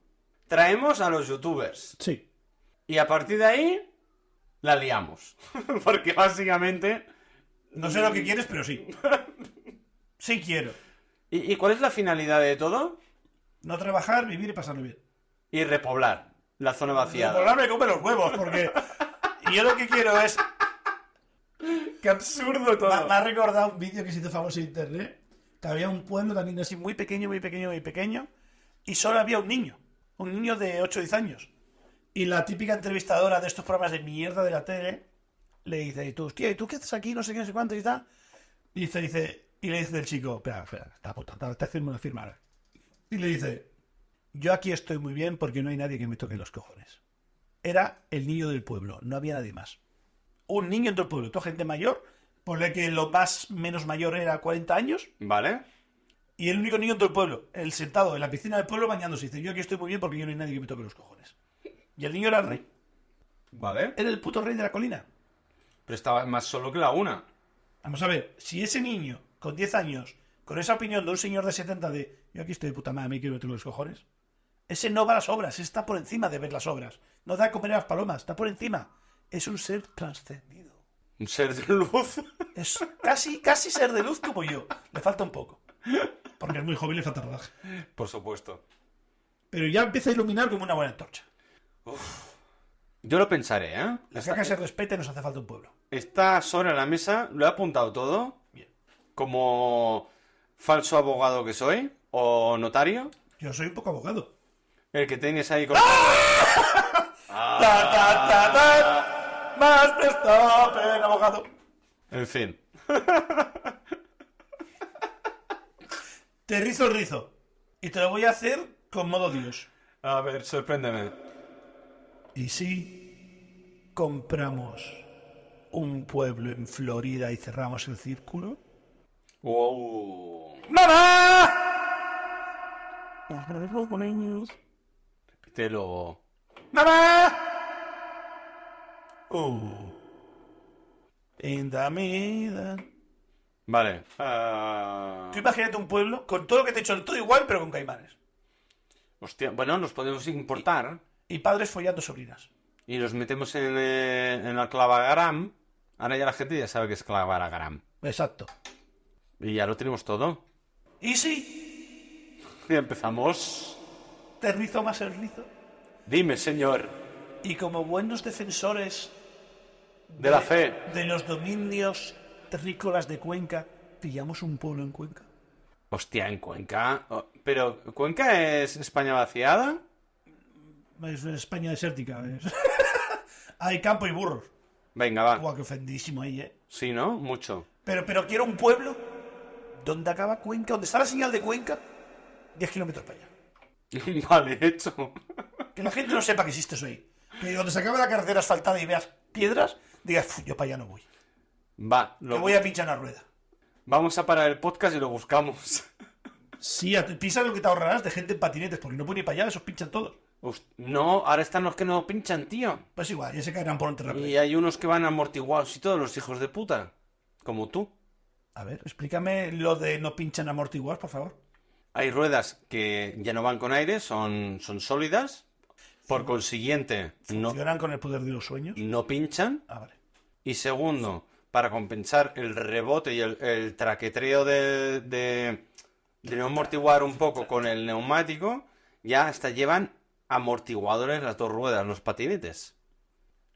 Traemos a los youtubers.
Sí.
Y a partir de ahí, la liamos. Porque básicamente...
No sé lo que quieres, pero sí. Sí quiero.
¿Y, y cuál es la finalidad de todo?
No trabajar, vivir y pasarlo bien.
Y repoblar la zona vaciada.
Por me come los huevos, porque yo lo que quiero es.
¡Qué absurdo
Me, me ha recordado un vídeo que se hizo famoso en internet. Que había un pueblo también así muy pequeño, muy pequeño, muy pequeño. Y solo había un niño. Un niño de 8 o 10 años. Y la típica entrevistadora de estos programas de mierda de la tele le dice: y tú, hostia, ¿y tú qué haces aquí? No sé qué, no sé cuánto y tal. Y dice, dice, y le dice el chico: Espera, espera, está puta, está, está haciendo una firma ahora". Y le dice: Yo aquí estoy muy bien porque no hay nadie que me toque los cojones. Era el niño del pueblo, no había nadie más un niño en todo el pueblo, toda gente mayor, ponle que lo más menos mayor era 40 años,
Vale.
y el único niño en todo el pueblo, el sentado en la piscina del pueblo bañándose, dice, yo aquí estoy muy bien porque yo no hay nadie que me toque los cojones. Y el niño era el rey,
Vale.
era el puto rey de la colina.
Pero estaba más solo que la una.
Vamos a ver, si ese niño, con 10 años, con esa opinión de un señor de 70 de, yo aquí estoy de puta madre, me quiero meter los cojones, ese no va a las obras, está por encima de ver las obras, no da a comer a las palomas, está por encima, es un ser trascendido.
Un ser de luz.
Es casi, casi ser de luz como yo. Le falta un poco.
Porque es muy joven y le falta rodaje.
Por supuesto.
Pero ya empieza a iluminar como una buena antorcha.
Yo lo pensaré, ¿eh?
La caca se respeta y nos hace falta un pueblo.
Está sobre la mesa, lo he apuntado todo.
Bien.
Como falso abogado que soy, o notario.
Yo soy un poco abogado.
El que tienes ahí con...
Ah. ¡Ta, ta, ta, ta! ¡Más Verstappen, abogado!
En fin.
Te rizo el rizo. Y te lo voy a hacer con modo Dios.
A ver, sorpréndeme.
¿Y si compramos un pueblo en Florida y cerramos el círculo?
Wow.
¡Mamá!
Repítelo.
¡Mamá! Oh. In the middle.
Vale. Ah.
Tú imagínate un pueblo con todo lo que te he hecho, todo igual, pero con caimanes.
Hostia, bueno, nos podemos importar.
Y padres follando sobrinas.
Y los metemos en, eh, en la clavagram. Ahora ya la gente ya sabe que es clavagram.
Exacto.
Y ya lo tenemos todo.
Y si
Y empezamos.
te rizo más el rizo.
Dime, señor,
Y como buenos defensores
de la fe.
de los dominios terrícolas de Cuenca, pillamos un pueblo en Cuenca.
Hostia, en Cuenca. oh, Pero, ¿Cuenca es España vaciada?
Es España desértica. ¿ves? Hay campo y burros.
Venga, va.
Guau, qué ofendidísimo ahí, ¿eh?
Sí, ¿no? Mucho.
Pero, pero quiero un pueblo donde acaba Cuenca, donde está la señal de Cuenca, 10 kilómetros para allá.
Vale, hecho.
Que la gente no sepa que existe eso ahí. Que donde se acabe la carretera asfaltada y veas piedras, digas, "Fu, yo para allá no voy.
Va,
Que
lo...
voy a pinchar una rueda.
vamos a parar el podcast y lo buscamos.
Sí, a- piensa lo que te ahorrarás de gente en patinetes, porque no pueden ir para allá, esos pinchan todos.
Host- No, ahora están los que no pinchan, tío.
Pues igual, ya se caerán por un terraplén.
Y hay unos que van amortiguados y todos los hijos de puta. Como tú.
A ver, explícame lo de no pinchan amortiguados, por favor.
Hay ruedas que ya no van con aire, son, son sólidas. Por consiguiente, no,
¿Funcionan con el poder de los sueños?
no pinchan.
Ah, vale.
Y segundo, para compensar el rebote y el, el traquetreo de, de, de no amortiguar un poco con el neumático, ya hasta llevan amortiguadores las dos ruedas, los patinetes.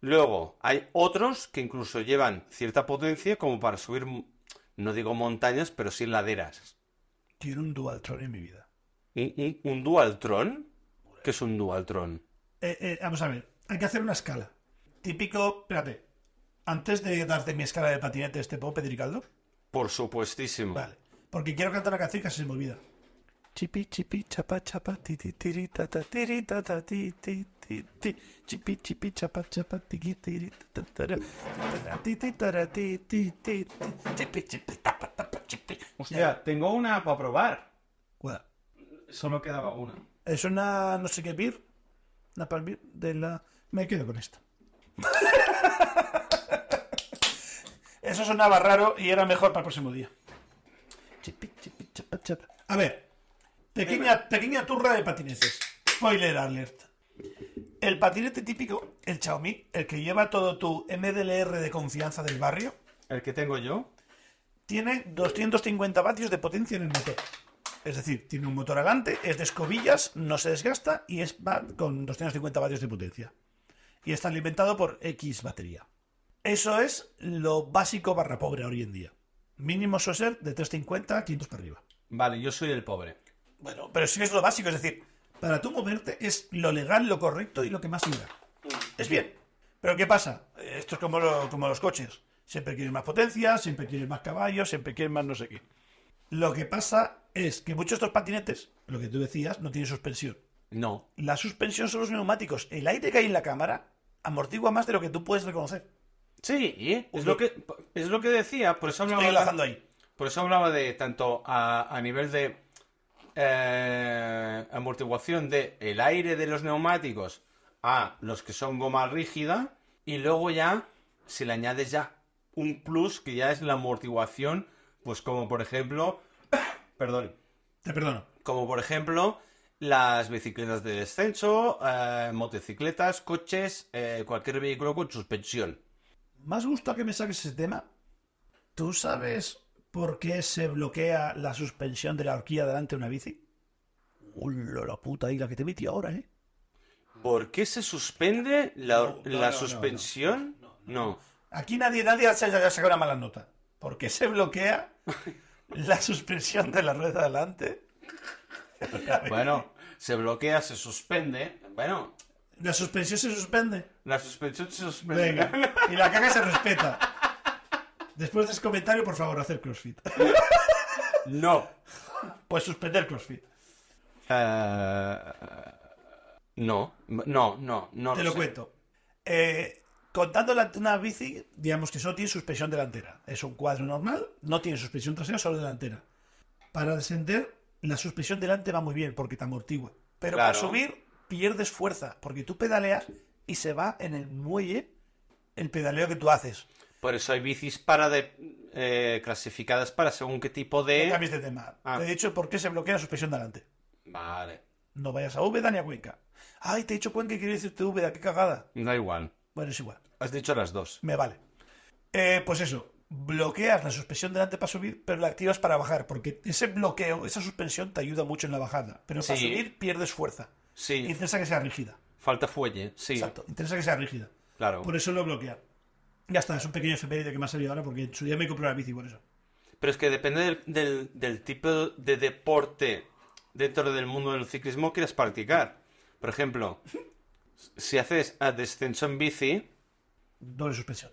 Luego, hay otros que incluso llevan cierta potencia como para subir, no digo montañas, pero sí laderas.
Quiero un Dualtron en mi vida.
¿Un, un, un Dualtron? ¿Qué es un Dualtron?
Eh, eh, vamos a ver, hay que hacer una escala. Típico, espérate, antes de darte mi escala de patinetes, ¿te puedo pedir caldo?
Por supuestísimo.
Vale, porque quiero cantar la canción que se me olvida.
Chipi, chipi, chapa, chapa, titi, tiri, tata, tiri, tata, ti, ti, ti, ti. Chipi, chipi, chapa, chapa, tiki, tiri, tatara, tatara, titi, tara, ti, ti, ti, ti. Chipi, chipi, tapa, tapa, chipi.
Hostia, tengo una para probar.
¿Cuál?
Solo quedaba una.
Es una no sé qué beer. Una palmir de la. Me quedo con esta. Eso sonaba raro y era mejor para el próximo día.
Chipi, chipi, chapa, chapa.
A ver, pequeña, pequeña turra de patinetes. Spoiler alert. El patinete típico, el Xiaomi, el que lleva todo tu MDLR de confianza del barrio,
El que tengo yo.
tiene 250 vatios de potencia en el motor. Es decir, tiene un motor adelante, es de escobillas, no se desgasta y es va con 250 vatios de potencia. Y está alimentado por X batería. Eso es lo básico barra pobre hoy en día. Mínimo SOSER de 350 a 500 para arriba.
Vale, yo soy el pobre.
Bueno, pero sí es lo básico, es decir, para tú moverte es lo legal, lo correcto y lo que más dura. Es bien. Pero ¿qué pasa? Eh, Esto es como, lo- como los coches. Siempre quieren más potencia, siempre quieren más caballos, siempre quieren más no sé qué. Lo que pasa es que muchos de estos patinetes, lo que tú decías, no tienen suspensión.
No.
La suspensión son los neumáticos. El aire que hay en la cámara amortigua más de lo que tú puedes reconocer.
Sí, ¿eh? es lo que es lo que decía, por eso hablaba
Estoy relajando ahí.
por eso hablaba de tanto a, a nivel de eh, amortiguación de el aire de los neumáticos a los que son goma rígida y luego ya si le añades ya un plus que ya es la amortiguación, pues como por ejemplo, perdón,
Te perdono.
como por ejemplo las bicicletas de descenso, eh, motocicletas, coches, eh, cualquier vehículo con suspensión.
Más gusto que me saques ese tema. ¿Tú sabes por qué se bloquea la suspensión de la horquilla delante de una bici? Hola, la puta y la que te metí ahora, ¿eh?
¿Por qué se suspende la,
no,
la
no,
suspensión? No,
Aquí nadie, nadie se haya sacado una mala nota. ¿Por qué se bloquea la suspensión de la rueda delante?
Bueno, se bloquea, se suspende. Bueno,
La suspensión se suspende.
la suspensión se suspende.
Venga. Y la caga se respeta. Después de ese comentario, por favor, hacer crossfit.
No.
Pues suspender crossfit.
Eh, no, no, no, no.
Te lo
sé.
cuento. Eh, contando la- una bici, digamos que solo tiene suspensión delantera. Es un cuadro normal, no tiene suspensión trasera, solo delantera. Para descender, la suspensión delante va muy bien porque te amortigua. Pero para
Claro.
subir, pierdes fuerza porque tú pedaleas y se va en el muelle el pedaleo que tú haces.
Por eso hay bicis para de, eh, clasificadas para según qué tipo
No
de.
cambies de tema.
Ah.
Te he dicho por qué se bloquea la suspensión delante.
Vale,
No vayas a Úbeda ni a Cuenca. Ay, te he dicho Cuenca y quiero decirte Úbeda, qué cagada.
da igual.
Bueno, es igual.
Has dicho las dos.
Me vale. Eh, pues eso, bloqueas la suspensión delante para subir, pero la activas para bajar, porque ese bloqueo, esa suspensión te ayuda mucho en la bajada, pero para
Sí.
subir pierdes fuerza.
Sí,
Interesa que sea rígida.
falta fuelle, sí,
Exacto, interesa que sea rígida.
claro.
Por e- eso lo bloquean. Ya está, es un pequeño efeméride que me ha salido ahora, porque en su día me compré una bici por eso.
Pero es que depende del, del- del tipo de deporte dentro del mundo del ciclismo que quieras practicar. Por ejemplo, si haces a descenso en bici,
Doble suspensión.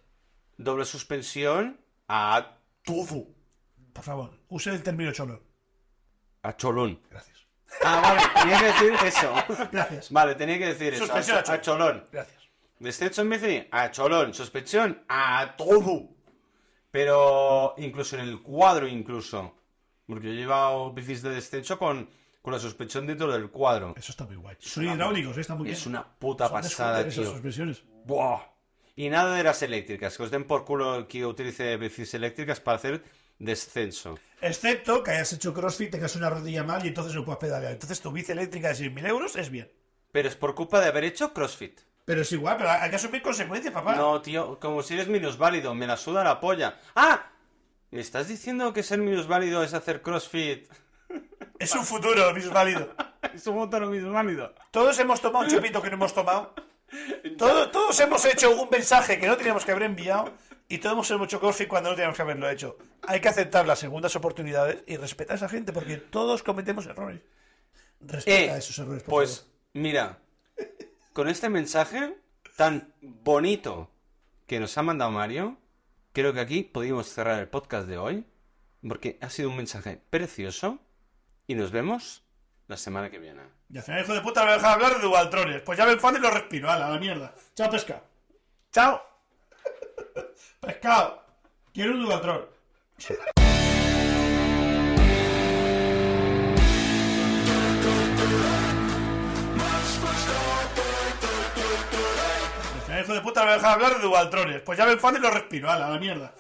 doble suspensión a,
Tofu. Por favor, use el término cholo.
a cholón.
Gracias.
Ah, vale, tenía que decir eso.
Gracias.
Vale, tenía que decir eso. a
Suspensión a
cho-
cholón.
a cholón.
Gracias.
Descenso en bici a cholón. Suspensión a todo. Pero incluso en el cuadro, incluso. Porque yo he llevado bicis de descenso con, con la suspensión dentro del cuadro.
Eso está muy guay. Son hidráulicos, eh, está muy bien.
Es una puta
Son de
pasada,
scooter esas
tío.
suspensiones.
Buah. Y nada de las eléctricas, que os den por culo el que utilice bicis eléctricas para hacer Descenso.
Excepto que hayas hecho crossfit, tengas una rodilla mal y entonces no puedas pedalear. Entonces tu bici eléctrica de 6.000 euros es bien.
Pero es por culpa de haber hecho CrossFit.
Pero es igual, pero hay que asumir consecuencias, papá.
No, tío, como si eres minusválido, me la suda la polla. ¡Ah! ¿Me estás diciendo que ser minusválido es hacer CrossFit?
Es un futuro, mis válido.
Es un montón minusválido.
Todos hemos tomado un chupito que no hemos tomado. Todo- todos hemos hecho un mensaje que no teníamos que haber enviado. Y todos hemos hecho crossfit cuando no teníamos que haberlo hecho. Hay que aceptar las segundas oportunidades y respetar a esa gente porque todos cometemos errores. Respeta
Eh,
esos errores. por
Pues
favor.
mira, con este mensaje tan bonito que nos ha mandado Mario, creo que aquí podemos cerrar el podcast de hoy, porque ha sido un mensaje precioso y nos vemos la semana que viene.
Y al final, hijo de puta, me deja hablar de Dualtrones. Pues ya me enfado y lo respiro. Ala, a la mierda. Chao, pescado. Chao. pescado. Quiero un Dualtron. Y al final, hijo de puta, me deja hablar de Dualtrones. Pues ya me enfado y lo respiro. Ala, a la mierda.